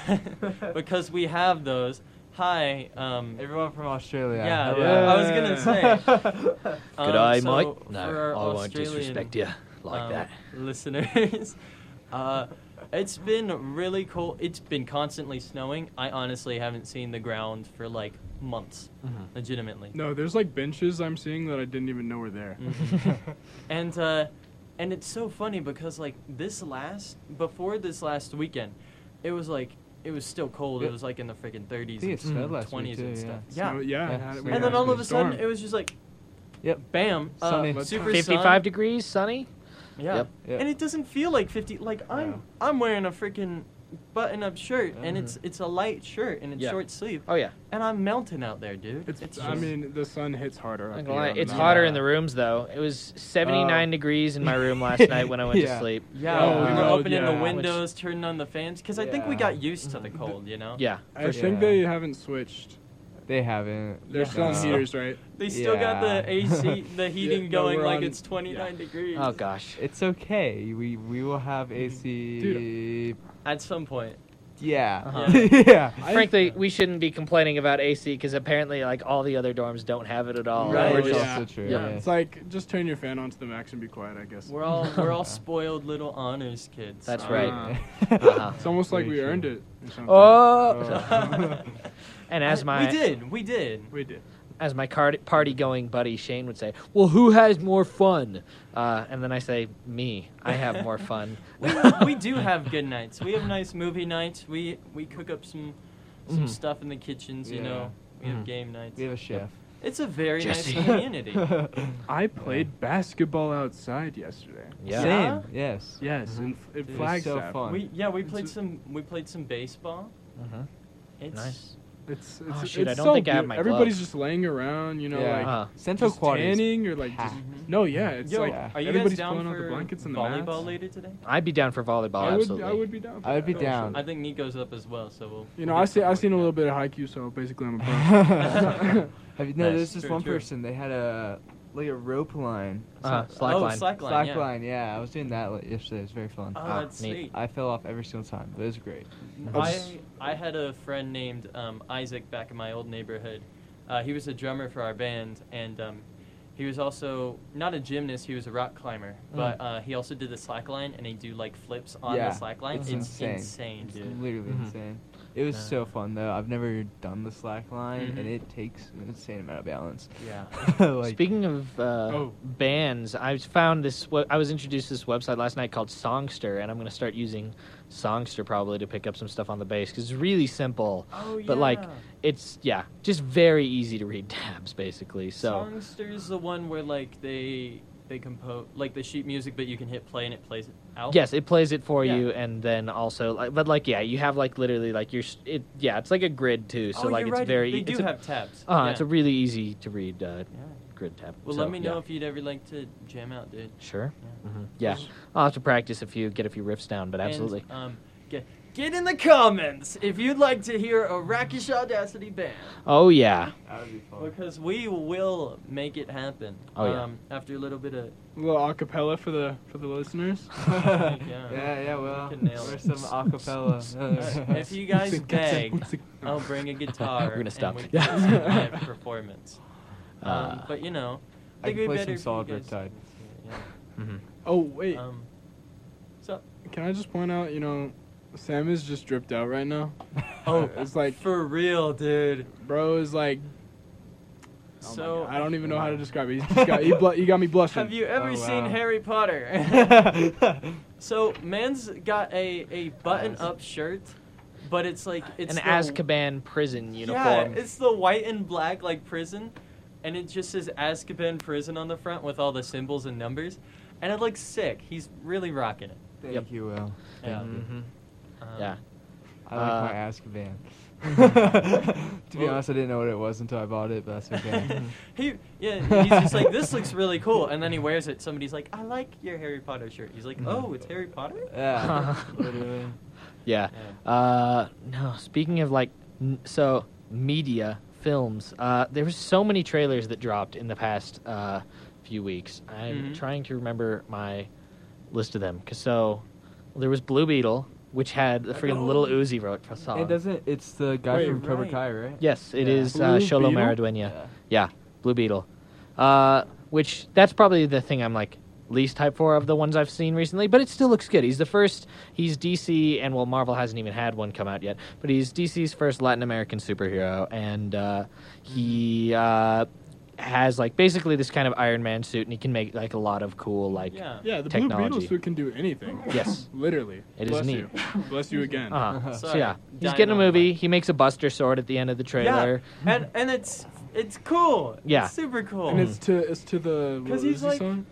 [SPEAKER 1] uh, because we have those, hi. Um,
[SPEAKER 2] Everyone from Australia.
[SPEAKER 1] Yeah,
[SPEAKER 2] hello.
[SPEAKER 3] yeah, I was
[SPEAKER 1] gonna
[SPEAKER 2] say.
[SPEAKER 1] um,
[SPEAKER 5] Good eye,
[SPEAKER 1] so
[SPEAKER 5] Mike.
[SPEAKER 1] for our
[SPEAKER 5] No, I won't
[SPEAKER 1] Australian,
[SPEAKER 5] disrespect you like
[SPEAKER 1] um,
[SPEAKER 5] that.
[SPEAKER 1] Listeners, uh, it's been really cold. It's been constantly snowing. I honestly haven't seen the ground for like months, legitimately.
[SPEAKER 3] No, there's like benches I'm seeing that I didn't even know were there.
[SPEAKER 4] Mm-hmm.
[SPEAKER 1] Mhm. and uh, and it's so funny because like this last before this last weekend, it was like it was still cold. It was like in the freaking 30s,
[SPEAKER 2] think it
[SPEAKER 1] and
[SPEAKER 2] snowed last week
[SPEAKER 1] 20s and
[SPEAKER 2] too,
[SPEAKER 1] stuff.
[SPEAKER 3] So,
[SPEAKER 1] Yeah.
[SPEAKER 3] yeah.
[SPEAKER 2] Yeah,
[SPEAKER 3] had-
[SPEAKER 2] so
[SPEAKER 3] we
[SPEAKER 2] yeah.
[SPEAKER 1] And
[SPEAKER 3] had
[SPEAKER 1] then all of a
[SPEAKER 3] storm.
[SPEAKER 1] sudden, it was just like,
[SPEAKER 2] Yep.
[SPEAKER 1] bam, uh,
[SPEAKER 2] Sunny.
[SPEAKER 1] super sun.
[SPEAKER 4] 55 degrees, sunny.
[SPEAKER 1] Yeah.
[SPEAKER 5] Yep.
[SPEAKER 2] Yep.
[SPEAKER 1] And it doesn't feel like 50. Like I'm
[SPEAKER 3] No.
[SPEAKER 1] I'm wearing a freaking button-up shirt and
[SPEAKER 2] Mhm.
[SPEAKER 1] it's it's a light shirt and it's
[SPEAKER 5] Yeah.
[SPEAKER 1] short sleeve
[SPEAKER 4] Oh yeah.
[SPEAKER 1] and I'm melting out there, dude.
[SPEAKER 3] It's,
[SPEAKER 1] It's
[SPEAKER 3] I
[SPEAKER 1] just-
[SPEAKER 3] mean, the sun hits harder. up
[SPEAKER 4] I'm
[SPEAKER 3] here
[SPEAKER 4] gonna lie.
[SPEAKER 3] on the
[SPEAKER 4] It's
[SPEAKER 3] mountain.
[SPEAKER 4] hotter
[SPEAKER 2] Yeah.
[SPEAKER 4] in the rooms though. It
[SPEAKER 1] Uh,
[SPEAKER 4] was 79 degrees in my room last night when I went
[SPEAKER 2] Yeah.
[SPEAKER 4] to sleep.
[SPEAKER 1] yeah,
[SPEAKER 2] Oh,
[SPEAKER 1] we were
[SPEAKER 2] no,
[SPEAKER 1] opening
[SPEAKER 3] yeah.
[SPEAKER 1] the windows, turning on the fans cuz I think we
[SPEAKER 2] Yeah.
[SPEAKER 1] got used to the cold, you know.
[SPEAKER 4] Yeah.
[SPEAKER 3] I
[SPEAKER 2] for sure.
[SPEAKER 3] think they haven't switched.
[SPEAKER 2] They haven't.
[SPEAKER 3] They're still on
[SPEAKER 2] No.
[SPEAKER 3] heaters, right?
[SPEAKER 1] They still got the
[SPEAKER 2] Yeah.
[SPEAKER 1] AC, the heating
[SPEAKER 3] no,
[SPEAKER 1] going
[SPEAKER 3] we're
[SPEAKER 1] like
[SPEAKER 3] on-
[SPEAKER 1] it's 29 degrees
[SPEAKER 4] Oh gosh.
[SPEAKER 2] It's okay. We we will have
[SPEAKER 3] Mm-hmm.
[SPEAKER 2] AC.
[SPEAKER 1] at some point.
[SPEAKER 2] Yeah.
[SPEAKER 1] Uh-huh.
[SPEAKER 2] yeah.
[SPEAKER 3] I-
[SPEAKER 4] Frankly, we shouldn't be complaining about AC because apparently, like all the other dorms don't have it at all.
[SPEAKER 3] Right.
[SPEAKER 4] Oh,
[SPEAKER 2] That's
[SPEAKER 4] We're just
[SPEAKER 3] Yeah.
[SPEAKER 2] also true.
[SPEAKER 1] Oh, Yeah.
[SPEAKER 2] yeah.
[SPEAKER 3] It's like just turn your fan on to the max and be quiet. I guess.
[SPEAKER 1] We're all we're all spoiled little honors kids.
[SPEAKER 4] That's
[SPEAKER 1] Um,
[SPEAKER 4] right.
[SPEAKER 2] Uh-huh.
[SPEAKER 3] Uh, It's almost like
[SPEAKER 2] Very
[SPEAKER 3] we
[SPEAKER 2] true.
[SPEAKER 3] earned it. or something.
[SPEAKER 4] Oh. and as
[SPEAKER 1] I-
[SPEAKER 4] my
[SPEAKER 1] We did. We did.
[SPEAKER 3] we did.
[SPEAKER 4] as my card- party going buddy Shane would say, "Well, who has more fun?" Uh, and then I say, "Me. I have more fun."
[SPEAKER 1] we, we do have good nights. We have nice movie nights. We we cook up some some
[SPEAKER 4] Mhm.
[SPEAKER 1] stuff in the kitchens. You
[SPEAKER 2] Yeah.
[SPEAKER 1] know, we have
[SPEAKER 4] Mhm.
[SPEAKER 1] game nights.
[SPEAKER 2] We have a chef.
[SPEAKER 1] It's a very
[SPEAKER 4] Jesse.
[SPEAKER 1] nice community.
[SPEAKER 3] I played basketball outside yesterday.
[SPEAKER 4] Yeah.
[SPEAKER 1] Yeah?
[SPEAKER 2] Same. Yes.
[SPEAKER 3] Yes,
[SPEAKER 2] Mhm.
[SPEAKER 3] and it
[SPEAKER 2] Dude,
[SPEAKER 3] flags
[SPEAKER 2] it's so fun.
[SPEAKER 1] we yeah we
[SPEAKER 3] It's
[SPEAKER 1] played
[SPEAKER 3] a-
[SPEAKER 1] some we played some baseball.
[SPEAKER 4] Mhm.
[SPEAKER 1] It's
[SPEAKER 4] Nice.
[SPEAKER 3] It's, it's,
[SPEAKER 4] Oh, shoot, I
[SPEAKER 3] it's
[SPEAKER 4] don't
[SPEAKER 3] so
[SPEAKER 4] think I have
[SPEAKER 3] beau-
[SPEAKER 4] my
[SPEAKER 3] Everybody's
[SPEAKER 4] gloves.
[SPEAKER 3] just laying around, you know,
[SPEAKER 2] yeah.
[SPEAKER 3] like
[SPEAKER 4] Uh-huh.
[SPEAKER 2] Central
[SPEAKER 3] just
[SPEAKER 2] Quarter. is
[SPEAKER 3] tanning or like just.
[SPEAKER 1] Mhm.
[SPEAKER 3] No, yeah, it's
[SPEAKER 1] Yo,
[SPEAKER 3] like
[SPEAKER 1] are you guys
[SPEAKER 3] everybody's
[SPEAKER 1] down
[SPEAKER 3] pulling out
[SPEAKER 1] for
[SPEAKER 3] the blankets and the
[SPEAKER 1] volleyball
[SPEAKER 3] mats.
[SPEAKER 1] later today? Oh,
[SPEAKER 4] I'd be down for volleyball.
[SPEAKER 3] I would,
[SPEAKER 4] absolutely.
[SPEAKER 3] I would be down. For
[SPEAKER 2] I would be
[SPEAKER 3] that.
[SPEAKER 2] down.
[SPEAKER 1] I think Nico's up as well, so we'll.
[SPEAKER 3] You know,
[SPEAKER 1] we'll
[SPEAKER 3] I
[SPEAKER 1] get
[SPEAKER 3] see, I've
[SPEAKER 1] something
[SPEAKER 3] seen a little
[SPEAKER 1] worked
[SPEAKER 3] bit of haiku, so basically I'm a
[SPEAKER 1] Mm-hmm.
[SPEAKER 2] Have you, no,
[SPEAKER 4] Nice.
[SPEAKER 2] there's this
[SPEAKER 1] True,
[SPEAKER 2] one
[SPEAKER 1] true.
[SPEAKER 2] person. They had a like a rope line,
[SPEAKER 4] Uh,
[SPEAKER 1] out.
[SPEAKER 4] slack
[SPEAKER 1] oh,
[SPEAKER 4] line.
[SPEAKER 1] slack line.
[SPEAKER 2] slack
[SPEAKER 1] yeah.
[SPEAKER 2] line. Yeah, I was doing that like, yesterday. It was very fun.
[SPEAKER 1] Oh,
[SPEAKER 4] Ah,
[SPEAKER 1] that's
[SPEAKER 4] neat.
[SPEAKER 1] sweet.
[SPEAKER 2] I fell off every single time, but it was great.
[SPEAKER 1] I,
[SPEAKER 3] Obs-
[SPEAKER 1] I had a friend named um, Isaac back in my old neighborhood. Uh, he was a drummer for our band, and um, he was also not a gymnast. He was a rock climber,
[SPEAKER 4] Mm.
[SPEAKER 1] but uh, he also did the slack line, and he do like flips on
[SPEAKER 2] Yeah,
[SPEAKER 1] the slack line.
[SPEAKER 2] it's
[SPEAKER 1] It's,
[SPEAKER 2] insane.
[SPEAKER 1] insane,
[SPEAKER 2] It's
[SPEAKER 1] dude.
[SPEAKER 2] literally
[SPEAKER 4] Mhm.
[SPEAKER 2] insane. It was
[SPEAKER 4] Nah.
[SPEAKER 2] so fun though. I've never done the slack line, and
[SPEAKER 1] Mhm.
[SPEAKER 2] it takes an insane amount of balance.
[SPEAKER 1] Yeah.
[SPEAKER 2] like,
[SPEAKER 4] Speaking of uh,
[SPEAKER 3] Oh.
[SPEAKER 4] bands, I found this. we- I was introduced to this website last night called Songster, and I'm going to start using Songster probably to pick up some stuff on the bass because it's really simple.
[SPEAKER 1] Oh yeah.
[SPEAKER 4] But like, it's yeah, just very easy to read tabs basically. So
[SPEAKER 1] Songster's the one where like they they compose like they sheet music, but you can hit play and it plays it out.
[SPEAKER 4] yes, it plays it for
[SPEAKER 1] Yeah.
[SPEAKER 4] you, and then also, like, but like yeah, you have like literally like your s- it yeah, it's like a grid too. So
[SPEAKER 1] oh,
[SPEAKER 4] like
[SPEAKER 1] you're
[SPEAKER 4] it's
[SPEAKER 1] right.
[SPEAKER 4] very
[SPEAKER 1] They
[SPEAKER 4] it's
[SPEAKER 1] do
[SPEAKER 4] a,
[SPEAKER 1] have tabs.
[SPEAKER 4] uh,
[SPEAKER 1] yeah.
[SPEAKER 4] it's a really easy to read uh,
[SPEAKER 1] yeah.
[SPEAKER 4] grid tab.
[SPEAKER 1] Well,
[SPEAKER 4] So,
[SPEAKER 1] let me know
[SPEAKER 4] yeah.
[SPEAKER 1] if you'd ever like to jam out, dude.
[SPEAKER 4] Sure.
[SPEAKER 1] Yeah.
[SPEAKER 4] Mhm. Yeah, I'll have to practice a few, get a few riffs down, but
[SPEAKER 1] And,
[SPEAKER 4] absolutely.
[SPEAKER 1] um, get, get in the comments if you'd like to hear a Rakish Audacity band.
[SPEAKER 4] Oh yeah.
[SPEAKER 2] that would be fun.
[SPEAKER 1] Because we will make it happen.
[SPEAKER 4] Oh, yeah.
[SPEAKER 1] Um, after a little bit of.
[SPEAKER 3] a little acapella for the for the listeners.
[SPEAKER 2] yeah,
[SPEAKER 1] Yeah.
[SPEAKER 2] yeah, well,
[SPEAKER 1] We can nail
[SPEAKER 2] or
[SPEAKER 1] it.
[SPEAKER 2] some acapella.
[SPEAKER 1] if you guys beg, Oh. I'll bring a guitar.
[SPEAKER 4] We're gonna stop.
[SPEAKER 1] And we can do some live performance. Um,
[SPEAKER 4] Uh,
[SPEAKER 1] but you know,
[SPEAKER 2] I
[SPEAKER 1] it'd
[SPEAKER 2] can
[SPEAKER 1] be
[SPEAKER 2] play
[SPEAKER 1] better
[SPEAKER 2] some
[SPEAKER 1] if you
[SPEAKER 2] solid
[SPEAKER 1] guys-
[SPEAKER 2] riptide.
[SPEAKER 4] mhm.
[SPEAKER 3] Oh
[SPEAKER 1] Yeah.
[SPEAKER 3] wait,
[SPEAKER 1] Um, so,
[SPEAKER 3] can I just point out? You know, Sam is just dripped out right now.
[SPEAKER 1] oh,
[SPEAKER 3] It's like-
[SPEAKER 1] for real, dude.
[SPEAKER 3] Bro is like, oh my
[SPEAKER 1] so
[SPEAKER 3] God, I don't even know how to describe it. He's just got, he, blu- he got me blushing.
[SPEAKER 1] Have you ever
[SPEAKER 2] Oh,
[SPEAKER 1] seen
[SPEAKER 2] wow.
[SPEAKER 1] Harry Potter? So man's got a, a button up shirt, but it's like it's
[SPEAKER 4] An
[SPEAKER 1] the,
[SPEAKER 4] Azkaban prison uniform.
[SPEAKER 1] Yeah, it's the white and black like prison, and it just says Azkaban prison on the front with all the symbols and numbers, and it looks sick. He's really rocking it.
[SPEAKER 2] Thank
[SPEAKER 4] Yep.
[SPEAKER 2] you, Will. Mm-hmm.
[SPEAKER 1] Yeah.
[SPEAKER 4] Mhm.
[SPEAKER 1] Um,
[SPEAKER 4] Yeah.
[SPEAKER 2] I like my
[SPEAKER 4] Uh,
[SPEAKER 2] ask van. to be
[SPEAKER 1] Well-
[SPEAKER 2] honest, I didn't know what it was until I bought it, but that's okay.
[SPEAKER 1] he yeah he's just like this looks really cool, and then he wears it. Somebody's like, I like your Harry Potter shirt. He's like,
[SPEAKER 4] Mm-hmm.
[SPEAKER 1] Oh, it's Harry Potter.
[SPEAKER 2] yeah, literally.
[SPEAKER 4] Yeah. Uh, no. Speaking of like, n- so media films. Uh, there was so many trailers that dropped in the past uh, few weeks. I'm
[SPEAKER 2] Mm-hmm.
[SPEAKER 1] Mhm.
[SPEAKER 4] trying to remember my list of them. Cause so there was Blue Beetle. which had the
[SPEAKER 1] I
[SPEAKER 4] freaking
[SPEAKER 1] know.
[SPEAKER 4] little Uzi wrote for song.
[SPEAKER 2] It doesn't. It's the guy
[SPEAKER 3] Wait,
[SPEAKER 2] from Cobra
[SPEAKER 1] right.
[SPEAKER 2] Kai, right?
[SPEAKER 4] Yes, it
[SPEAKER 2] Yeah.
[SPEAKER 4] is
[SPEAKER 3] Blue
[SPEAKER 4] uh, Sholo
[SPEAKER 3] Beetle?
[SPEAKER 4] Maraduena. Yeah, Blue Beetle. Uh, which that's probably the thing I'm like least hyped for of the ones I've seen recently, but it still looks good. He's the first. He's DC, and well, Marvel hasn't even had one come out yet, but he's DC's first Latin American superhero, and uh, he uh, has like basically this kind of Iron Man suit, and he can make like a lot of cool like.
[SPEAKER 1] yeah.
[SPEAKER 3] Yeah, the Blue
[SPEAKER 4] Technology.
[SPEAKER 3] Beetle suit can do anything.
[SPEAKER 4] Yes.
[SPEAKER 3] Literally.
[SPEAKER 4] It is
[SPEAKER 3] Bless
[SPEAKER 4] neat.
[SPEAKER 3] You. Bless you again.
[SPEAKER 4] Uh-huh. so
[SPEAKER 1] Sorry,
[SPEAKER 4] yeah, he's
[SPEAKER 1] dying
[SPEAKER 4] getting a
[SPEAKER 1] on the
[SPEAKER 4] movie.
[SPEAKER 1] mic.
[SPEAKER 4] He makes a Buster sword at the end of the trailer.
[SPEAKER 1] Yeah, and and it's it's cool.
[SPEAKER 4] Yeah.
[SPEAKER 1] it's super cool.
[SPEAKER 3] And it's to it's to the what
[SPEAKER 1] 'Cause he's
[SPEAKER 3] Uzi
[SPEAKER 1] like-
[SPEAKER 3] song?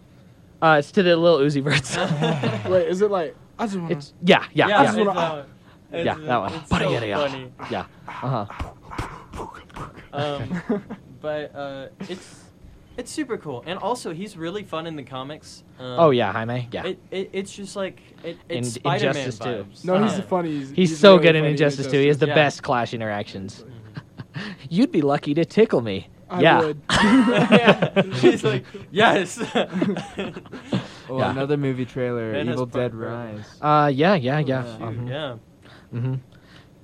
[SPEAKER 4] Uh, it's to the little Uzi Vert. song.
[SPEAKER 3] Wait, is it like I just wanna
[SPEAKER 4] it's yeah, yeah, yeah.
[SPEAKER 1] it's,
[SPEAKER 3] wanna-
[SPEAKER 1] uh, it's,
[SPEAKER 4] Yeah, that one.
[SPEAKER 1] It's so
[SPEAKER 4] Yeah, yeah.
[SPEAKER 1] funny.
[SPEAKER 4] Yeah. Uh-huh.
[SPEAKER 1] Um, but uh, it's it's super cool, and also he's really fun in the comics. Um,
[SPEAKER 4] Oh yeah, Jaime. Yeah.
[SPEAKER 1] It, it it's just like it,
[SPEAKER 4] In-
[SPEAKER 1] it's Spider-Man
[SPEAKER 4] Injustice too.
[SPEAKER 1] vibes.
[SPEAKER 3] No, he's
[SPEAKER 1] Yeah.
[SPEAKER 3] the funny. He's,
[SPEAKER 4] he's, so
[SPEAKER 3] really
[SPEAKER 4] good in
[SPEAKER 3] funny
[SPEAKER 4] Injustice 2. He has the
[SPEAKER 1] Yeah.
[SPEAKER 4] best clash interactions. You'd be lucky to tickle me.
[SPEAKER 3] I
[SPEAKER 4] yeah.
[SPEAKER 3] would.
[SPEAKER 1] yeah. He's like yes.
[SPEAKER 2] Oh,
[SPEAKER 4] Yeah.
[SPEAKER 2] another movie trailer,
[SPEAKER 1] Man has
[SPEAKER 2] Evil Dead
[SPEAKER 1] part-
[SPEAKER 2] Rise.
[SPEAKER 4] Uh yeah, yeah, yeah.
[SPEAKER 2] shoot,
[SPEAKER 4] Mhm.
[SPEAKER 1] "Oh, yeah.
[SPEAKER 4] Mhm.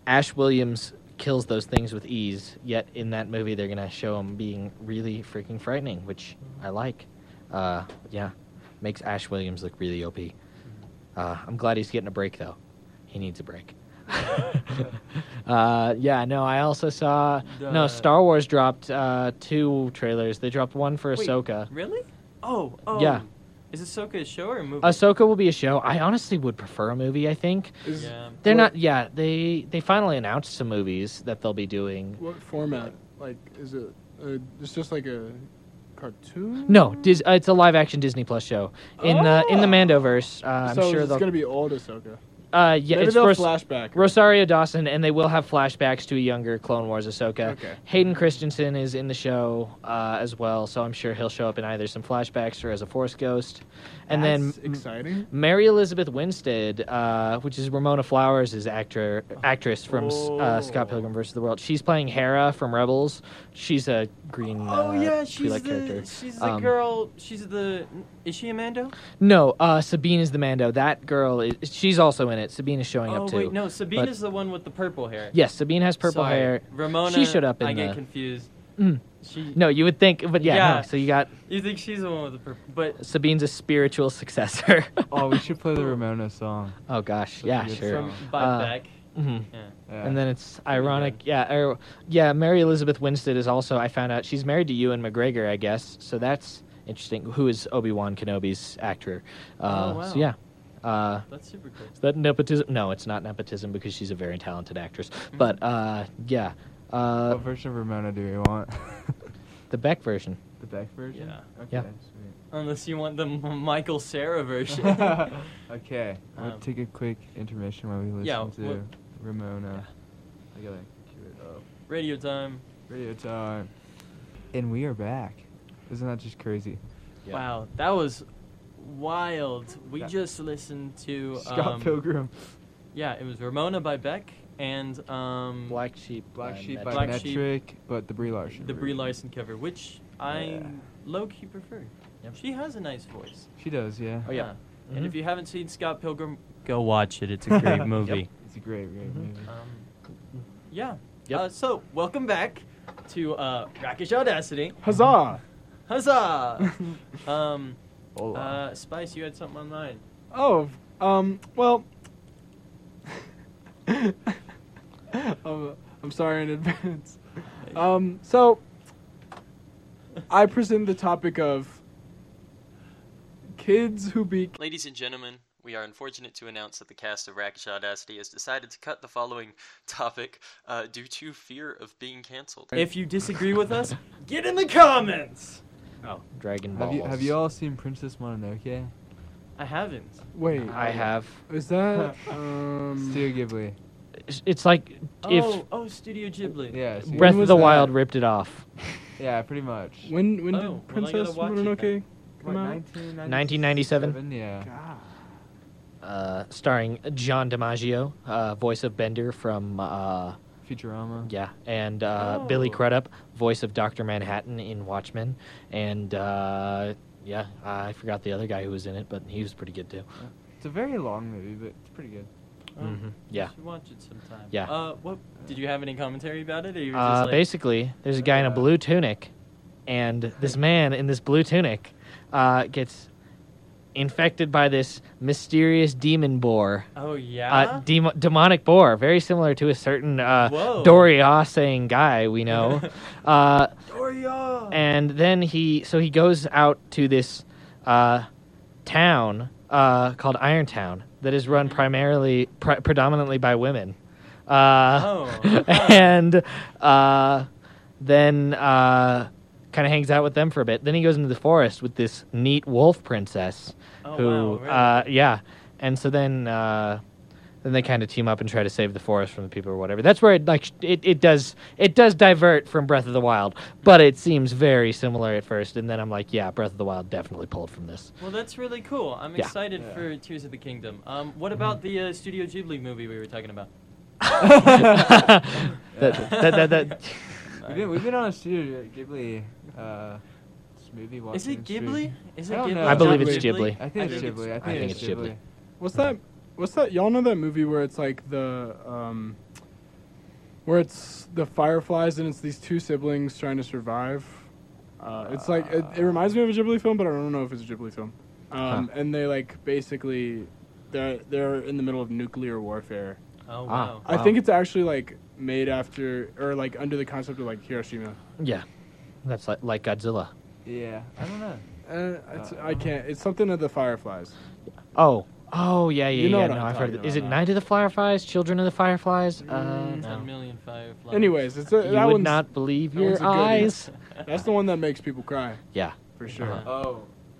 [SPEAKER 4] Ash Williams kills those things with ease, yet in that movie they're going to show him being really freaking frightening, which I like. Uh yeah. Makes Ash Williams look really OP. Uh, I'm glad he's getting a break though. He needs a break. uh, yeah, no, I also saw no
[SPEAKER 1] The-
[SPEAKER 4] Star Wars dropped uh, two trailers. They dropped one for
[SPEAKER 1] Wait.
[SPEAKER 4] Ahsoka.
[SPEAKER 1] Really? Oh, oh.
[SPEAKER 4] Yeah.
[SPEAKER 1] Is Ahsoka a show or a movie?
[SPEAKER 4] Ahsoka will be a show. I honestly would prefer a movie. I think
[SPEAKER 3] Is-
[SPEAKER 1] Yeah.
[SPEAKER 4] they're
[SPEAKER 3] What-
[SPEAKER 4] not. Yeah, they they finally announced some movies that they'll be doing.
[SPEAKER 3] What format? Like, is it? Uh, it's just like a cartoon.
[SPEAKER 4] No, Dis, uh, it's a live action Disney Plus show in uh, in the
[SPEAKER 3] Oh.
[SPEAKER 4] Mandoverse. Uh, I'm
[SPEAKER 3] so
[SPEAKER 4] sure
[SPEAKER 3] it's
[SPEAKER 4] they'll.
[SPEAKER 3] gonna be old Ahsoka.
[SPEAKER 4] uh, yeah,
[SPEAKER 3] Maybe
[SPEAKER 4] it's
[SPEAKER 3] they'll
[SPEAKER 4] Ros-
[SPEAKER 3] flashback.
[SPEAKER 4] Rosario Dawson, and they will have flashbacks to a younger Clone Wars Ahsoka.
[SPEAKER 3] Okay.
[SPEAKER 4] Hayden Christensen is in the show uh, as well, so I'm sure he'll show up in either some flashbacks or as a Force ghost. And
[SPEAKER 3] That's
[SPEAKER 4] then
[SPEAKER 3] exciting.
[SPEAKER 4] Mary Elizabeth Winstead, uh, which is Ramona Flowers' is actor actress from uh,
[SPEAKER 1] Oh.
[SPEAKER 4] Scott Pilgrim versus the World. She's playing Hera from Rebels. She's a green.
[SPEAKER 1] Oh
[SPEAKER 4] uh,
[SPEAKER 1] yeah, she's the
[SPEAKER 4] Twi'lek character.
[SPEAKER 1] she's the
[SPEAKER 4] Um,
[SPEAKER 1] girl. She's the is she Amando?
[SPEAKER 4] No, uh, Sabine is the Mando. That girl is. She's also in it. Sabine is showing
[SPEAKER 1] Oh
[SPEAKER 4] up too.
[SPEAKER 1] wait, no, Sabine is the one with the purple hair.
[SPEAKER 4] Yes, Sabine has purple
[SPEAKER 1] Sorry.
[SPEAKER 4] hair.
[SPEAKER 1] Ramona.
[SPEAKER 4] She showed up in
[SPEAKER 1] I
[SPEAKER 4] the-
[SPEAKER 1] get confused.
[SPEAKER 4] Mm.
[SPEAKER 1] She.
[SPEAKER 4] No, you would think, but yeah.
[SPEAKER 1] Yeah.
[SPEAKER 4] No, so you got
[SPEAKER 1] You think she's the one with the purple? But
[SPEAKER 4] Sabine's a spiritual successor.
[SPEAKER 2] oh, we should play the Ramona song.
[SPEAKER 4] oh gosh,
[SPEAKER 2] Such a
[SPEAKER 4] yeah,
[SPEAKER 2] good
[SPEAKER 4] sure.
[SPEAKER 2] song.
[SPEAKER 1] by
[SPEAKER 4] Uh,
[SPEAKER 1] back.
[SPEAKER 4] Mhm.
[SPEAKER 1] Yeah.
[SPEAKER 2] Yeah.
[SPEAKER 4] And then it's ironic, yeah. Or, yeah, Mary Elizabeth Winstead is also. I found out she's married to Ewan McGregor, I guess. So that's interesting. Who is Obi Wan Kenobi's actor? Uh,
[SPEAKER 1] Oh, wow.
[SPEAKER 4] So yeah, uh,
[SPEAKER 1] That's super cool.
[SPEAKER 4] is that nepotism? No, it's not nepotism because she's a very talented actress.
[SPEAKER 2] Hmm.
[SPEAKER 4] But uh, yeah, uh,
[SPEAKER 2] what version of Ramona do we want?
[SPEAKER 4] the Beck version.
[SPEAKER 2] the back version.
[SPEAKER 1] Yeah.
[SPEAKER 2] Okay.
[SPEAKER 4] Yeah.
[SPEAKER 2] Sweet.
[SPEAKER 1] Unless you want the M- Michael Sarah version.
[SPEAKER 2] okay. we'll
[SPEAKER 1] Um,
[SPEAKER 2] take a quick intermission while we listen
[SPEAKER 1] yeah,
[SPEAKER 2] to
[SPEAKER 1] we'll-
[SPEAKER 2] Ramona. I gotta cue it up.
[SPEAKER 1] Radio time.
[SPEAKER 2] Radio time. And we are back. Isn't that just crazy?
[SPEAKER 4] Yeah.
[SPEAKER 1] Wow, that was wild. We
[SPEAKER 2] That-
[SPEAKER 1] just listened to um,
[SPEAKER 2] Scott Pilgrim.
[SPEAKER 1] Yeah, it was Ramona by Beck and um,
[SPEAKER 4] Black Sheep.
[SPEAKER 2] Black
[SPEAKER 4] uh,
[SPEAKER 2] Sheep by
[SPEAKER 4] Metro.
[SPEAKER 1] Black Sheep.
[SPEAKER 2] Metric, but the Brie Larson.
[SPEAKER 1] the Brie
[SPEAKER 2] version.
[SPEAKER 1] Larson cover, which I
[SPEAKER 2] Yeah.
[SPEAKER 1] low key prefer.
[SPEAKER 4] Yep.
[SPEAKER 1] She has a nice voice.
[SPEAKER 2] She does, yeah.
[SPEAKER 4] Oh, yeah.
[SPEAKER 1] And
[SPEAKER 4] Mhm.
[SPEAKER 1] if you haven't seen Scott Pilgrim, go watch it. It's a great movie.
[SPEAKER 2] It's a great, great
[SPEAKER 4] Mhm.
[SPEAKER 2] movie.
[SPEAKER 1] Um, yeah.
[SPEAKER 4] Yep.
[SPEAKER 1] Uh, so welcome back to uh, Rackish Audacity.
[SPEAKER 3] Huzzah!
[SPEAKER 1] Huzzah! um,
[SPEAKER 2] Hola.
[SPEAKER 1] uh, Spice, you had something on mine.
[SPEAKER 3] Oh, um, well, um, I'm sorry in advance. Um, so I present the topic of kids who be
[SPEAKER 1] Ladies and gentlemen, we are unfortunate to announce that the cast of Rackish Audacity has decided to cut the following topic uh, due to fear of being canceled. If you disagree with us, get in the comments!
[SPEAKER 4] Oh, Dragon Ball.
[SPEAKER 2] have you have you all seen Princess Mononoke?
[SPEAKER 1] I haven't.
[SPEAKER 3] wait.
[SPEAKER 4] I have.
[SPEAKER 3] Is that um?
[SPEAKER 2] Studio Ghibli.
[SPEAKER 4] It's- It's like if
[SPEAKER 1] oh, oh, Studio Ghibli.
[SPEAKER 2] Yeah. Studio
[SPEAKER 4] Breath
[SPEAKER 3] When
[SPEAKER 4] of
[SPEAKER 3] was
[SPEAKER 4] the
[SPEAKER 3] that?
[SPEAKER 4] Wild ripped it off.
[SPEAKER 2] Yeah, pretty much.
[SPEAKER 3] When when
[SPEAKER 1] Oh, well,
[SPEAKER 3] did
[SPEAKER 1] I
[SPEAKER 3] Princess
[SPEAKER 1] gotta watch it
[SPEAKER 3] Mononoke
[SPEAKER 1] then.
[SPEAKER 2] What,
[SPEAKER 3] come out?
[SPEAKER 2] 1997? Yeah.
[SPEAKER 3] God.
[SPEAKER 4] Uh, starring John DiMaggio, uh, voice of Bender from uh,
[SPEAKER 2] Futurama.
[SPEAKER 4] yeah, and uh, Billy
[SPEAKER 1] Oh.
[SPEAKER 4] Crudup, voice of Doctor Manhattan in Watchmen, and uh, yeah, I forgot the other guy who was in it, but he was pretty good too.
[SPEAKER 2] It's a very long movie, but it's pretty good.
[SPEAKER 1] Oh,
[SPEAKER 4] Mhm.
[SPEAKER 1] you
[SPEAKER 4] Yeah.
[SPEAKER 1] should watch it sometime.
[SPEAKER 4] Yeah.
[SPEAKER 1] Uh, what did you have any commentary about it? Or you were
[SPEAKER 4] Uh,
[SPEAKER 1] just like,
[SPEAKER 4] basically, there's a guy in a
[SPEAKER 1] uh,
[SPEAKER 4] blue tunic, and this man in this blue tunic uh, gets infected by this mysterious demon boar,
[SPEAKER 1] Oh yeah.
[SPEAKER 4] uh, demo demonic boar, very similar to a certain uh,
[SPEAKER 1] Whoa.
[SPEAKER 4] Doria saying guy we know. uh,
[SPEAKER 2] Oh,
[SPEAKER 1] Doria.
[SPEAKER 4] and then he so he goes out to this uh, town uh, called Irontown that is run
[SPEAKER 1] Mm-hmm.
[SPEAKER 4] primarily pre- predominantly by women. Uh,
[SPEAKER 1] Oh.
[SPEAKER 4] and uh, then uh, kind of hangs out with them for a bit. Then he goes into the forest with this neat wolf princess,
[SPEAKER 1] Oh,
[SPEAKER 4] who
[SPEAKER 1] wow, really?
[SPEAKER 4] uh, yeah, and so then uh, then they kind of team up and try to save the forest from the people or whatever. That's where it like sh- it, it does it does divert from Breath of the Wild, but it seems very similar at first. And then I'm like, yeah, Breath of the Wild definitely pulled from this.
[SPEAKER 1] well, that's really cool. I'm
[SPEAKER 4] Yeah. Mm-hmm.
[SPEAKER 1] excited
[SPEAKER 2] Yeah.
[SPEAKER 1] for Tears of the Kingdom. Um, what about the uh, Studio Ghibli movie we were talking about?
[SPEAKER 4] that, that, that, that,
[SPEAKER 2] We've been, we've been on a Studio Ghibli uh, just movie watching.
[SPEAKER 1] Is it
[SPEAKER 2] streak.
[SPEAKER 1] Ghibli? Is it
[SPEAKER 2] I don't
[SPEAKER 1] Ghibli?
[SPEAKER 2] know. I believe
[SPEAKER 3] it's
[SPEAKER 4] Ghibli.
[SPEAKER 2] I think
[SPEAKER 1] I
[SPEAKER 2] it's
[SPEAKER 1] think
[SPEAKER 2] Ghibli. I
[SPEAKER 1] it's-
[SPEAKER 2] think,
[SPEAKER 4] I think
[SPEAKER 2] it's
[SPEAKER 4] it's Ghibli.
[SPEAKER 2] Ghibli.
[SPEAKER 3] What's that? What's that? Y'all know that movie where it's like the um, where it's the fireflies and it's these two siblings trying to survive. Uh, it's like it, it reminds me of a Ghibli film, but I don't know if it's a Ghibli film. Um, And they like basically they're they're in the middle of nuclear warfare.
[SPEAKER 1] Oh
[SPEAKER 4] Ah.
[SPEAKER 1] wow.
[SPEAKER 3] I
[SPEAKER 4] Wow.
[SPEAKER 3] think it's actually like made after or like under the concept of like Hiroshima.
[SPEAKER 4] yeah, that's like, like Godzilla.
[SPEAKER 2] Yeah, I don't know.
[SPEAKER 3] Uh, it's, I can't. It's something of the fireflies.
[SPEAKER 4] Oh. Oh yeah, yeah,
[SPEAKER 3] You know
[SPEAKER 4] yeah.
[SPEAKER 3] what
[SPEAKER 4] No,
[SPEAKER 3] I'm
[SPEAKER 4] I've heard. Of
[SPEAKER 3] talking
[SPEAKER 4] it. Is it
[SPEAKER 3] about.
[SPEAKER 4] Night of the Fireflies? Children of the Fireflies? Uh,
[SPEAKER 3] Mm,
[SPEAKER 1] A
[SPEAKER 4] no.
[SPEAKER 1] million fireflies.
[SPEAKER 3] Anyways, it's a,
[SPEAKER 4] You
[SPEAKER 3] that
[SPEAKER 4] would
[SPEAKER 3] one's
[SPEAKER 4] not believe
[SPEAKER 3] that
[SPEAKER 4] your
[SPEAKER 3] one's a goodie.
[SPEAKER 4] eyes.
[SPEAKER 3] that's the one that makes people cry
[SPEAKER 4] Yeah.
[SPEAKER 3] for sure.
[SPEAKER 1] Uh-huh.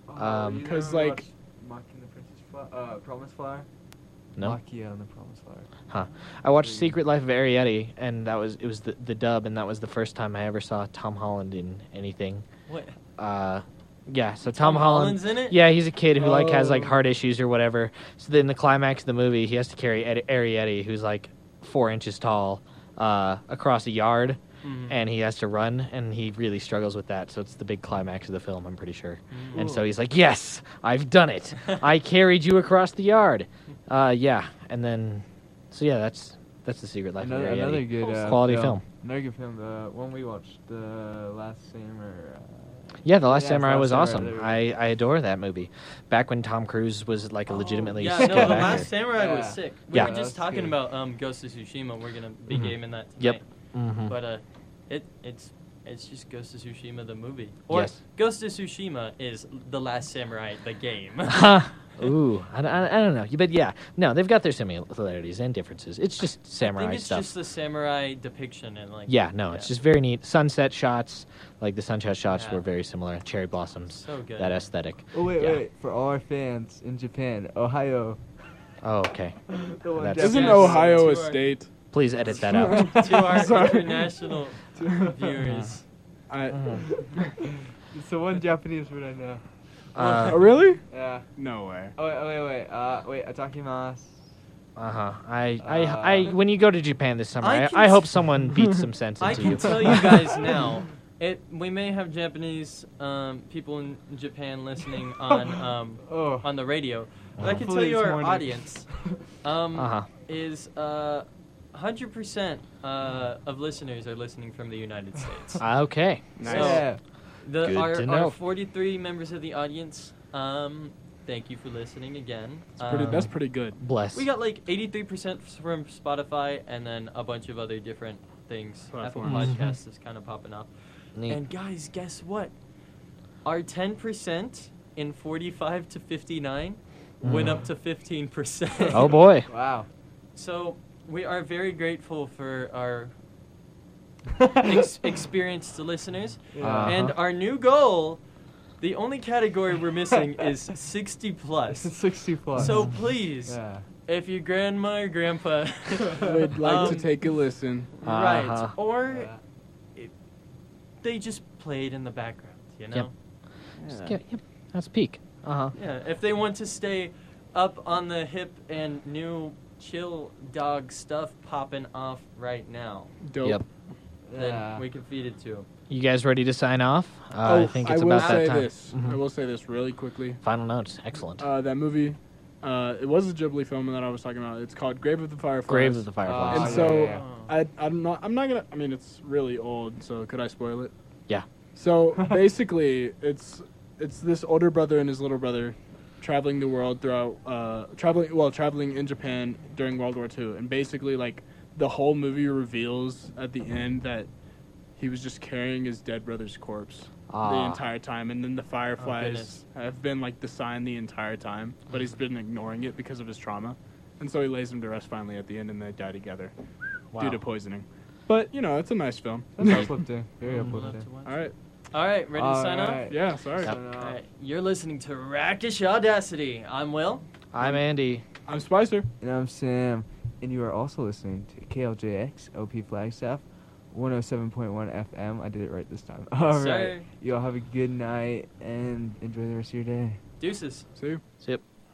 [SPEAKER 2] Oh.
[SPEAKER 4] Um,
[SPEAKER 2] you never
[SPEAKER 3] 'cause, like-
[SPEAKER 2] watched Mocking the Princess Fla- uh, Promise Flower?
[SPEAKER 4] No.
[SPEAKER 2] Makia and the Promise Flower.
[SPEAKER 4] I watched Secret Life of Arietti, and that was it was the, the dub, and that was the first time I ever saw Tom Holland in anything.
[SPEAKER 1] What?
[SPEAKER 4] Uh, yeah. So Tom,
[SPEAKER 1] Tom
[SPEAKER 4] Holland.
[SPEAKER 1] Holland's in it?
[SPEAKER 4] Yeah, he's a kid who like has like
[SPEAKER 3] Oh.
[SPEAKER 4] heart issues or whatever. So then the climax of the movie, he has to carry Ed- Arietti, who's like four inches tall, uh, across a yard.
[SPEAKER 1] Mhm.
[SPEAKER 4] and he has to run and he really struggles with that so it's the big climax of the film i'm pretty sure
[SPEAKER 1] Mm-hmm.
[SPEAKER 4] and so
[SPEAKER 2] Ooh.
[SPEAKER 4] he's like yes i've done it i carried you across the yard uh yeah and then so yeah that's that's the secret life
[SPEAKER 2] Another,
[SPEAKER 4] of Harry
[SPEAKER 2] another
[SPEAKER 4] Eddy.
[SPEAKER 2] good uh,
[SPEAKER 4] quality film.
[SPEAKER 2] Another good film. The one we watched, The Last Samurai. Uh,
[SPEAKER 4] yeah the last
[SPEAKER 2] Yeah,
[SPEAKER 4] samurai
[SPEAKER 2] Last
[SPEAKER 4] was
[SPEAKER 2] Samurai,
[SPEAKER 4] awesome
[SPEAKER 2] there we go.
[SPEAKER 4] i i adore that movie back when tom cruise was like a
[SPEAKER 2] Oh,
[SPEAKER 4] legitimately
[SPEAKER 1] Yeah,
[SPEAKER 4] skilled
[SPEAKER 1] no, the
[SPEAKER 4] actor
[SPEAKER 1] last samurai was
[SPEAKER 2] Yeah.
[SPEAKER 1] sick. We
[SPEAKER 4] Yeah.
[SPEAKER 1] were just
[SPEAKER 2] That's
[SPEAKER 1] talking
[SPEAKER 2] good. Mm-hmm.
[SPEAKER 1] about um, Ghost of Tsushima. We're gonna be
[SPEAKER 4] Mhm.
[SPEAKER 1] gaming that tonight.
[SPEAKER 4] Yep. Mhm.
[SPEAKER 1] But uh, it it's it's just Ghost of Tsushima the movie. Or
[SPEAKER 4] Yes.
[SPEAKER 1] Ghost of Tsushima is the Last Samurai the game.
[SPEAKER 4] Ooh, I, don't- I, I don't know, but yeah, no, they've got their similarities and differences. It's just samurai
[SPEAKER 1] I think it's
[SPEAKER 4] stuff.
[SPEAKER 1] just the samurai depiction and like.
[SPEAKER 4] Yeah, no, it's just very neat. Sunset shots, like the sunset shots
[SPEAKER 1] Yeah.
[SPEAKER 4] were very similar. Cherry blossoms,
[SPEAKER 1] so good.
[SPEAKER 4] that aesthetic.
[SPEAKER 2] oh, wait,
[SPEAKER 4] Yeah.
[SPEAKER 2] wait. For all our fans in Japan, Ohio.
[SPEAKER 4] Oh, okay.
[SPEAKER 2] the one
[SPEAKER 4] That's-
[SPEAKER 1] Yeah,
[SPEAKER 2] Japanese-
[SPEAKER 3] Isn't
[SPEAKER 1] so
[SPEAKER 3] Ohio
[SPEAKER 1] to
[SPEAKER 3] a
[SPEAKER 1] our-
[SPEAKER 3] state?
[SPEAKER 4] Please edit that out.
[SPEAKER 2] Oh,
[SPEAKER 1] to our
[SPEAKER 3] Sorry.
[SPEAKER 1] international viewers.
[SPEAKER 3] I,
[SPEAKER 2] It's the one Japanese word I know.
[SPEAKER 4] Uh,
[SPEAKER 3] oh, really?
[SPEAKER 2] Yeah.
[SPEAKER 3] No way.
[SPEAKER 2] Oh, wait, oh, wait, wait. Uh, wait, atakimasu.
[SPEAKER 4] Uh huh. I, I,
[SPEAKER 2] Uh,
[SPEAKER 4] I, when you go to Japan this summer,
[SPEAKER 1] I
[SPEAKER 4] I,
[SPEAKER 1] can
[SPEAKER 4] I, hope
[SPEAKER 1] s-
[SPEAKER 4] someone beats some sense into
[SPEAKER 1] I can
[SPEAKER 4] you.
[SPEAKER 1] tell you guys now. It, we may have Japanese um, people in Japan listening on um,
[SPEAKER 2] Oh.
[SPEAKER 1] on the radio, but I can tell
[SPEAKER 2] Hopefully
[SPEAKER 1] you
[SPEAKER 2] it's
[SPEAKER 1] our
[SPEAKER 2] morning.
[SPEAKER 1] audience um,
[SPEAKER 4] Uh-huh.
[SPEAKER 1] is uh, 100% uh, of listeners are listening from the United States.
[SPEAKER 4] Uh, okay.
[SPEAKER 3] Nice.
[SPEAKER 1] So-
[SPEAKER 2] Yeah.
[SPEAKER 1] The,
[SPEAKER 4] Good
[SPEAKER 1] our,
[SPEAKER 4] to
[SPEAKER 1] our
[SPEAKER 4] know.
[SPEAKER 1] 43 members of the audience, um, thank you for listening again.
[SPEAKER 3] That's pretty,
[SPEAKER 1] Um,
[SPEAKER 3] that's pretty good.
[SPEAKER 4] Bless.
[SPEAKER 1] we got like 83% from Spotify and then a bunch of other different things. Apple
[SPEAKER 4] Platforms. Mhm.
[SPEAKER 1] Podcasts is kind of popping up.
[SPEAKER 4] Neat.
[SPEAKER 1] And guys, guess what? Our 10% in 45 to 59 went
[SPEAKER 4] Mm.
[SPEAKER 1] up to 15%.
[SPEAKER 4] oh boy.
[SPEAKER 2] Wow.
[SPEAKER 1] So we are very grateful for our ex- experienced listeners.
[SPEAKER 4] Uh-huh.
[SPEAKER 1] And our new goal, the only category we're missing is 60
[SPEAKER 2] It's
[SPEAKER 1] plus.
[SPEAKER 2] 60 plus.
[SPEAKER 1] So please,
[SPEAKER 2] Yeah.
[SPEAKER 1] if your grandma or grandpa
[SPEAKER 3] Would like to
[SPEAKER 1] Um,
[SPEAKER 3] take a listen.
[SPEAKER 1] right,
[SPEAKER 4] Uh-huh.
[SPEAKER 1] or
[SPEAKER 2] Yeah.
[SPEAKER 1] they just played in the background, you know.
[SPEAKER 4] Just get- yep, That's peak. Uh huh.
[SPEAKER 1] Yeah, if they want to stay up on the hip and new chill dog stuff popping off right now,
[SPEAKER 3] Dope.
[SPEAKER 4] Yep.
[SPEAKER 1] then
[SPEAKER 2] Yeah.
[SPEAKER 1] we can feed it to them.
[SPEAKER 4] You guys ready to sign off? Uh,
[SPEAKER 3] oh,
[SPEAKER 4] I think it's
[SPEAKER 3] will
[SPEAKER 4] about
[SPEAKER 3] say
[SPEAKER 4] that time.
[SPEAKER 3] this. Uh, I
[SPEAKER 4] Mhm.
[SPEAKER 3] will say this really quickly.
[SPEAKER 4] Final notes. Excellent.
[SPEAKER 3] Uh, that movie, Uh, it was a Ghibli film that I was talking about. It's called Grave of the Fireflies.
[SPEAKER 4] Grave of the Fireflies. Oh,
[SPEAKER 2] Ah, yeah,
[SPEAKER 3] uh, And so-
[SPEAKER 2] yeah, yeah.
[SPEAKER 3] I, I'm not. I'm not gonna. I mean, it's really old. So could I spoil it?
[SPEAKER 4] Yeah.
[SPEAKER 3] So basically, it's it's this older brother and his little brother traveling the world throughout uh, traveling well traveling in Japan during World War II, and basically like the whole movie reveals at the end that he was just carrying his dead brother's corpse the
[SPEAKER 4] Ah.
[SPEAKER 3] entire time, and then the fireflies
[SPEAKER 1] goodness.
[SPEAKER 3] have been like the sign the entire time, but he's been ignoring it because of his trauma, and so he lays him to rest finally at the end, and they die together due to poisoning. But you know, it's a nice film.
[SPEAKER 2] That's uplifting. Very
[SPEAKER 1] We'll have
[SPEAKER 2] uplifting.
[SPEAKER 1] Mm-hmm. to watch
[SPEAKER 3] All right.
[SPEAKER 1] it. All right, ready to sign off?
[SPEAKER 2] Alright.
[SPEAKER 3] Yeah. Sorry.
[SPEAKER 4] Yep.
[SPEAKER 2] Sign off.
[SPEAKER 1] All right, you're listening to Rackish Audacity. I'm Will.
[SPEAKER 4] I'm Andy.
[SPEAKER 3] I'm Spicer.
[SPEAKER 2] And I'm Sam, and you are also listening to KLJX OP Flagstaff, 107.1 FM. I did it right this time. All right.
[SPEAKER 1] sir.
[SPEAKER 2] You all have a good night and enjoy the rest of your day.
[SPEAKER 1] Deuces.
[SPEAKER 3] See you.
[SPEAKER 4] Zip.